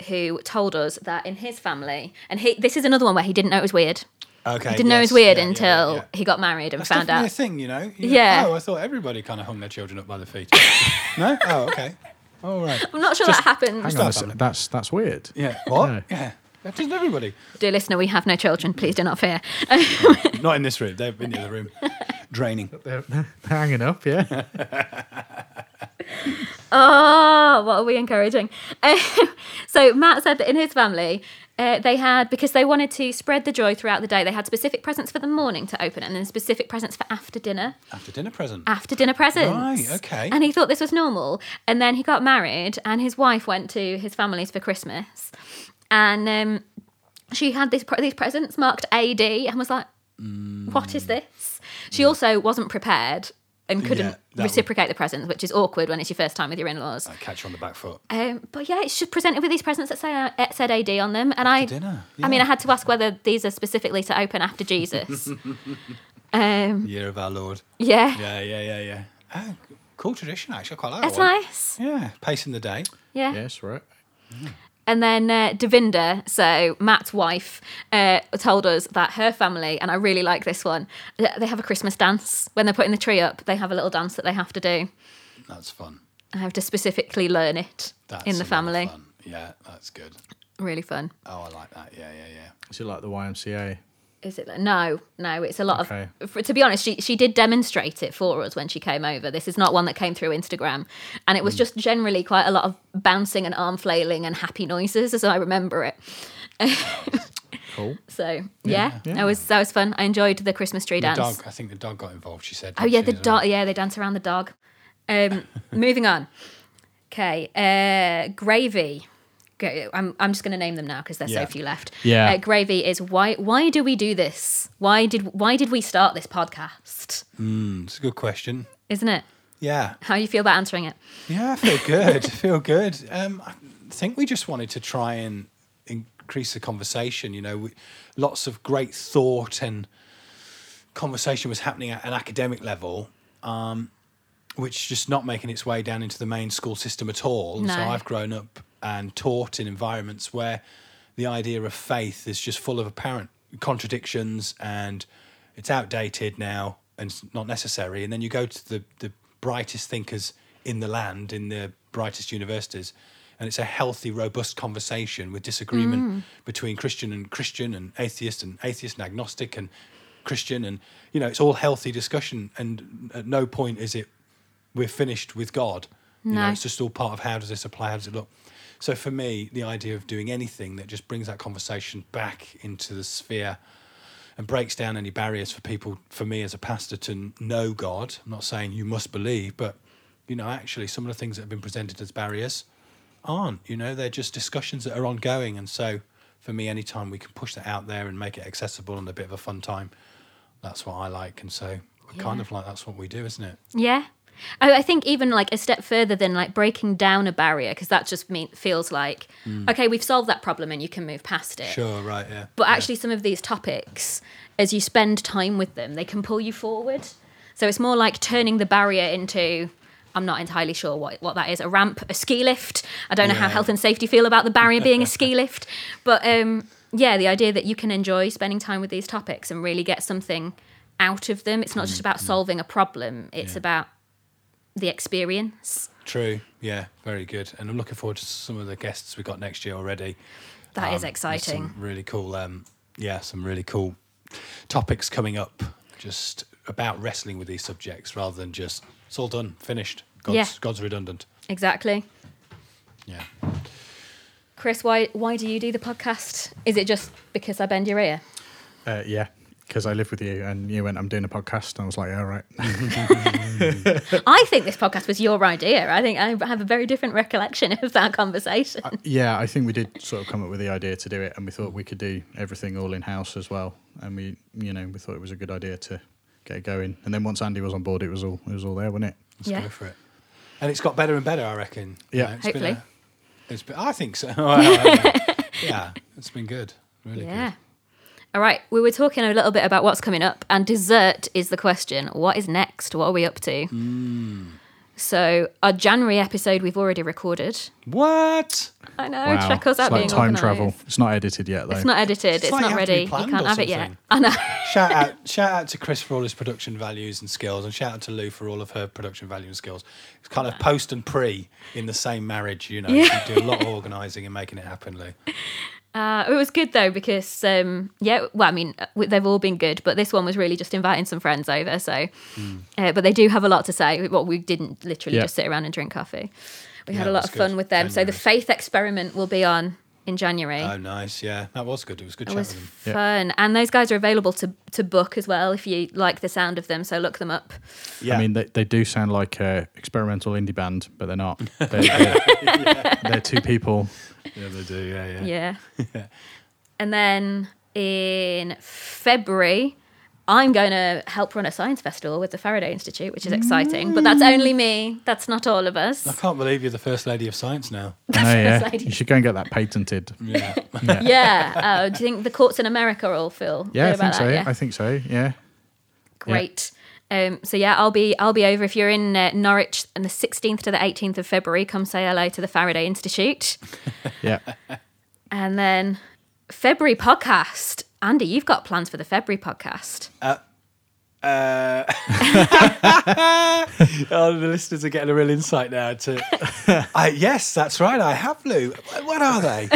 who told us that in his family, and he this is another one where he didn't know it was weird.
Okay.
He didn't know it
yes,
was weird
yeah, yeah,
until
yeah.
he got married and
That's
found
definitely
out.
a thing, you know. You-
Yeah.
Oh, I thought everybody kind of hung their children up by the feet. no. Oh, okay. All right.
I'm not sure
Just-
that happened.
Hang on a
Start
sec.
family.
That's, that's weird.
Yeah. What?
No.
Yeah. That doesn't everybody.
Dear listener, we have no children. Please do not fear.
Not in this room. They've been in the other room, draining.
They're, they're hanging up, yeah.
Oh, what are we encouraging? Um, so Matt said that in his family, uh, they had because they wanted to spread the joy throughout the day. They had specific presents for the morning to open, and then specific presents for after dinner.
After dinner present.
After dinner presents.
Right, okay.
And he thought this was normal, and then he got married, and his wife went to his family's for Christmas, and um, she had these pre- these presents marked AD, and was like,
Mm.
"What is this?" She also wasn't prepared. And
Yeah,
couldn't
that would-
reciprocate the presents, which is awkward when it's your first time with your in-laws.
I catch you on the back foot.
Um, but yeah, it's just presented with these presents that say uh, said AD on them, and I,
dinner,
I mean,
yeah.
I had to ask whether these are specifically to open after Jesus. um,
Year of our Lord.
yeah,
Yeah, yeah, yeah, yeah. Oh, cool tradition, actually. I quite like
that's
that one.
nice.
Yeah, pacing the day.
Yeah.
yes, right.
and then uh, Devinda, so Matt's wife, uh, told us that her family, and I really like this one, th- they have a Christmas dance when they're putting the tree up. They have a little dance that they have to do.
That's fun.
I have to specifically learn it
That's
in the
a lot of
family.
fun. Yeah, that's good.
Really fun.
Oh, I like that. Yeah, yeah, yeah.
Is it like the YMCA?
Is it? No, no. It's a lot
Okay.
of. For, to be honest, she she did demonstrate it for us when she came over. This is not one that came through Instagram, and it was just generally quite a lot of bouncing and arm flailing and happy noises, as I remember it.
Cool.
So yeah,
Yeah.
that was that was fun. I enjoyed the Christmas tree
The
dance.
dog, I think the dog got involved, she said.
Oh yeah,
didn't
the
she, as well?
dog. Yeah, they dance around the dog. Um, moving on. Okay, uh, gravy. Go- I'm, I'm just going to name them now because there's
Yeah.
so few left.
Yeah.
Uh, gravy is why why do we do this? Why did why did we start this podcast?
Mm, It's a good question.
Isn't it?
Yeah.
How you feel about answering it?
Yeah, I feel good. feel good. Um, I think we just wanted to try and increase the conversation. You know, we, lots of great thought and conversation was happening at an academic level, um, which is just not making its way down into the main school system at all. And So
No.
I've grown up and taught in environments where the idea of faith is just full of apparent contradictions and it's outdated now and it's not necessary. And then you go to the, the brightest thinkers in the land, in the brightest universities, and it's a healthy, robust conversation with disagreement between Christian and Christian and atheist and atheist and agnostic and Christian. And, you know, it's all healthy discussion. And at no point is it we're finished with God. You know,
No.
it's just all part of how does this apply? How does it look? So for me, the idea of doing anything that just brings that conversation back into the sphere and breaks down any barriers for people, for me as a pastor to n- know God. I'm not saying you must believe, but you know, actually, some of the things that have been presented as barriers aren't. You know, they're just discussions that are ongoing. And so, for me, anytime we can push that out there and make it accessible and a bit of a fun time, that's what I like. And so, we're kind of like that's what we do, isn't it?
Yeah. Oh, I, I think even like a step further than like breaking down a barrier because that just mean, feels like okay, we've solved that problem and you can move past it.
Mm. Sure, right, yeah.
But actually, some of these topics, as you spend time with them, they can pull you forward. So it's more like turning the barrier into. I'm not entirely sure what, what that is. A ramp, a ski lift. I don't know how
Yeah.
health and safety feel about the barrier being a ski lift. But um, yeah, the idea that you can enjoy spending time with these topics and really get something out of them. It's not just about solving a problem, it's
Mm-hmm. Yeah.
about the experience.
True. Yeah, very good. And I'm looking forward to some of the guests we got next year already.
That is
Um, there's some
exciting.
really cool. Um, yeah, some really cool topics coming up just about wrestling with these subjects rather than just it's all done, finished. God's,
Yeah.
God's redundant.
Exactly.
Yeah.
Chris, why, why do you do the podcast? Is it just because I bend your ear?
Uh, yeah, because I live with you, and you went, "I'm doing a podcast," and I was like, "All right."
I think this podcast was your idea. I think I have a very different recollection of that conversation.
yeah, I think we did sort of come up with the idea to do it, and we thought we could do everything all in house as well, and we, you know, we thought it was a good idea to get it going. And then once Andy was on board, it was all it was all there, wasn't it?
Let's
Yeah.
go for it. And it's got better and better, I reckon. You
Yeah.
know, it's Been
Hopefully.
a, it's been, I think so. Well, yeah, it's been good. Really
yeah.
good.
All right. We were talking a little bit about what's coming up, and dessert is the question. What is next? What are we up to?
Hmm.
So, our January episode we've already recorded.
What?
I know. Check Oh, us
it's
out.
like
being
time
organised.
travel. It's not edited yet though.
It's not edited. It's,
It's like
not
you have to
ready.
be
You
planned
can't
or
have it yet.
something.
I know.
shout out shout out to Chris for all his production values and skills, and shout out to Lou for all of her production value and skills. It's kind of post and pre in the same marriage, you know. You do a lot of organising and making it happen, Lou.
Uh, it was good though because um, yeah, well, I mean uh, they've all been good, but this one was really just inviting some friends over. So,
Hmm.
uh, but they do have a lot to say. What we didn't literally
Yeah.
just sit around and drink coffee. We had
Yeah,
a lot
that's
of fun
good.
with them. So the
January.
faith experiment will be on in January.
Oh, nice. Yeah, that was good. It was good
it
chat
was
with him.
Yeah.
fun, and those guys are available to to book as well if you like the sound of them. So look them up.
Yeah,
I mean, they, they do sound like a experimental indie band, but they're not. They're, they're, they're two people.
yeah, they do. Yeah, yeah.
Yeah. and then in February, I'm going to help run a science festival with the Faraday Institute, which is exciting. But
Mm.
that's only me. That's not all of
I
us.
can't believe you're the first lady of science now.
I know, Oh, yeah.
exciting.
You should go and get that patented.
Yeah,
yeah. Uh, do you think the courts in America all feel
Yeah,
good
I
about
think
that?
so.
Yeah.
I think so. Yeah.
Great. Um, so yeah, I'll be I'll be over if you're in uh, Norwich on the 16th to the 18th of February. Come say hello to the Faraday Institute,
Yeah.
and then February podcast. Andy, you've got plans for the February podcast.
oh, the listeners are getting a real insight now. To, I, yes, that's right. I have Lou. What are they?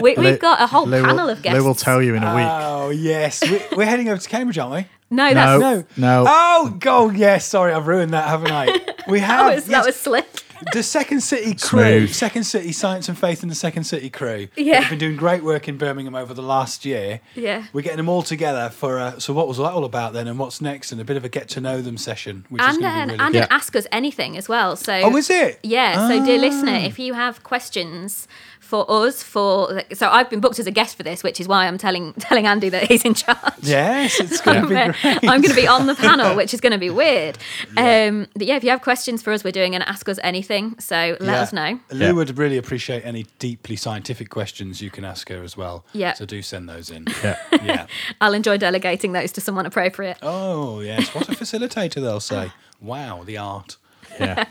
We,
Lou-
we've got a whole
Lou will-
panel of guests.
Lou will tell you in a week.
Oh yes, we, we're heading over to Cambridge, aren't we?
No,
No.
that's
No.
No.
Oh, God, yeah, sorry, I've ruined that, haven't I? We have.
that was that
yes.
was slick.
the Second City crew,
Smooth.
Second City Science and Faith, and the Second City crew.
Yeah.
they've been doing great work in Birmingham over the last year.
Yeah.
we're getting them all together for. Uh, so, what was that all about then, and what's next, and a bit of a get to know them session, which is
And
going
an,
to be
and
really.
Yeah.
an ask us anything as well. So
Oh, is it? Ah.
Yeah. So dear listener, if you have questions for us, for so I've been booked as a guest for this, which is why I'm telling telling Andy that he's in charge.
Yes, it's going to be
I'm,
great.
going to be on the panel, which is going to be weird. Um, but yeah, if you have questions for us, we're doing an ask us anything. So let
Yeah.
us know.
Lou
Yeah.
would really appreciate any deeply scientific questions you can ask her as well.
Yeah.
So do send those in.
Yeah.
yeah.
I'll enjoy delegating those to someone appropriate.
Oh, yes. What a facilitator, they'll say. Wow, the art.
Yeah.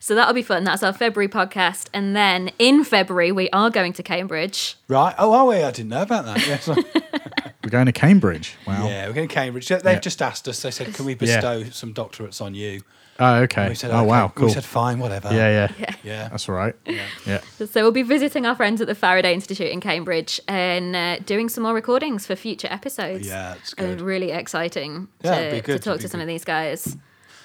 So that'll be fun. That's our February podcast, and then in February we are going to Cambridge.
Right. Oh, are we? I didn't know about that. Yes.
We're going to Cambridge. Wow.
yeah, we're going to Cambridge. They've
Yeah.
just asked us. They said, "Can we
Yeah.
bestow some doctorates on you?"
Oh, okay.
We said,
oh,
"Okay."
wow. Cool.
We said, "Fine, whatever."
yeah, yeah,
yeah.
That's all right. Yeah.
So we'll be visiting our friends at the Faraday Institute in Cambridge and uh, doing some more recordings for future episodes.
Yeah, it's
Uh,
good.
really exciting
Yeah,
to,
it'd be
to
good,
talk
it'd
to
be
some
good.
of these guys.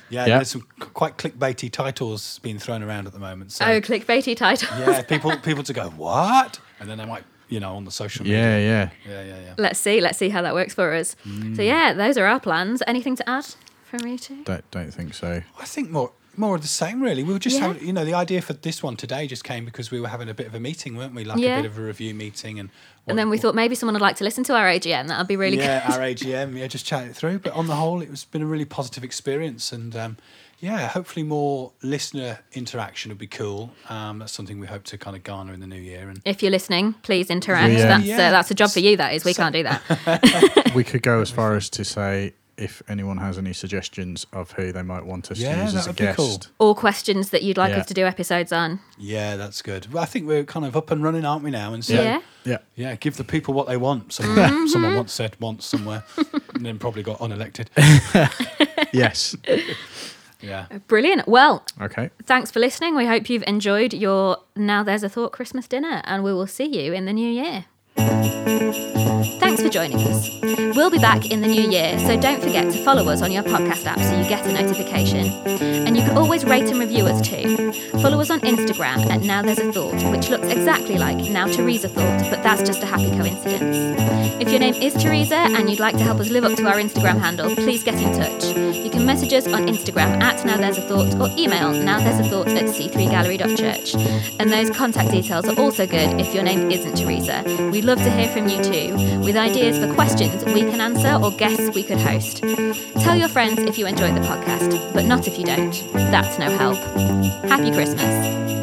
Yeah,
Yeah.
there's some c- quite clickbaity titles being thrown around at the moment. So
Oh, clickbaity title.
yeah, people people to go what, and then they might you know on the social media.
Yeah, yeah.
Yeah, yeah, yeah.
Let's see. Let's see how that works for us. So
Mm.
yeah, those are our plans. Anything to add from you two?
Don't don't think so.
I think more more of the same really. We were just
Yeah.
having you know the idea for this one today just came because we were having a bit of a meeting, weren't we? Like
Yeah.
a bit of a review meeting and.
And then we
what-
thought maybe someone would like to listen to our AGM. That'd be really
yeah,
good.
our AGM, yeah, just chat it through. But on the whole, it's been a really positive experience, and um, yeah, hopefully more listener interaction would be cool. Um, that's something we hope to kind of garner in the new year. And
If you're listening, please interact.
Yeah.
That's
Yeah.
uh, that's a job for you. That is. We can't do that.
we could go as far as to say if anyone has any suggestions of who they might want us to
Yeah,
use
that
as a
would be
guest.
cool.
All questions that you'd like
Yeah.
us to do episodes on.
yeah, that's good. Well, I think we're kind of up and running, aren't we now? And so.
Yeah. Mm-hmm.
Yeah.
Yeah, give the people what they want. Someone, someone once said once somewhere, and then probably got unelected.
yes.
Yeah,
Brilliant. Well,
Okay.
thanks for listening. We hope you've enjoyed your Now There's a Thought Christmas dinner, and we will see you in the new year. Thanks for joining us. We'll be back in the new year, so don't forget to follow us on your podcast app so you get a notification. And you can always rate and review us too. Follow us on Instagram at Now There's a Thought, which looks exactly like Now Teresa Thought, but that's just a happy coincidence. If your name is Teresa and you'd like to help us live up to our Instagram handle, please get in touch. You can message us on Instagram at Now There's a Thought or email Now There's a Thought at c3gallery.church. And those contact details are also good if your name isn't Teresa. We'd love to hear from you too, with ideas for questions we can answer or guests we could host. Tell your friends if you enjoyed the podcast, but not if you don't. That's no help. Happy Christmas.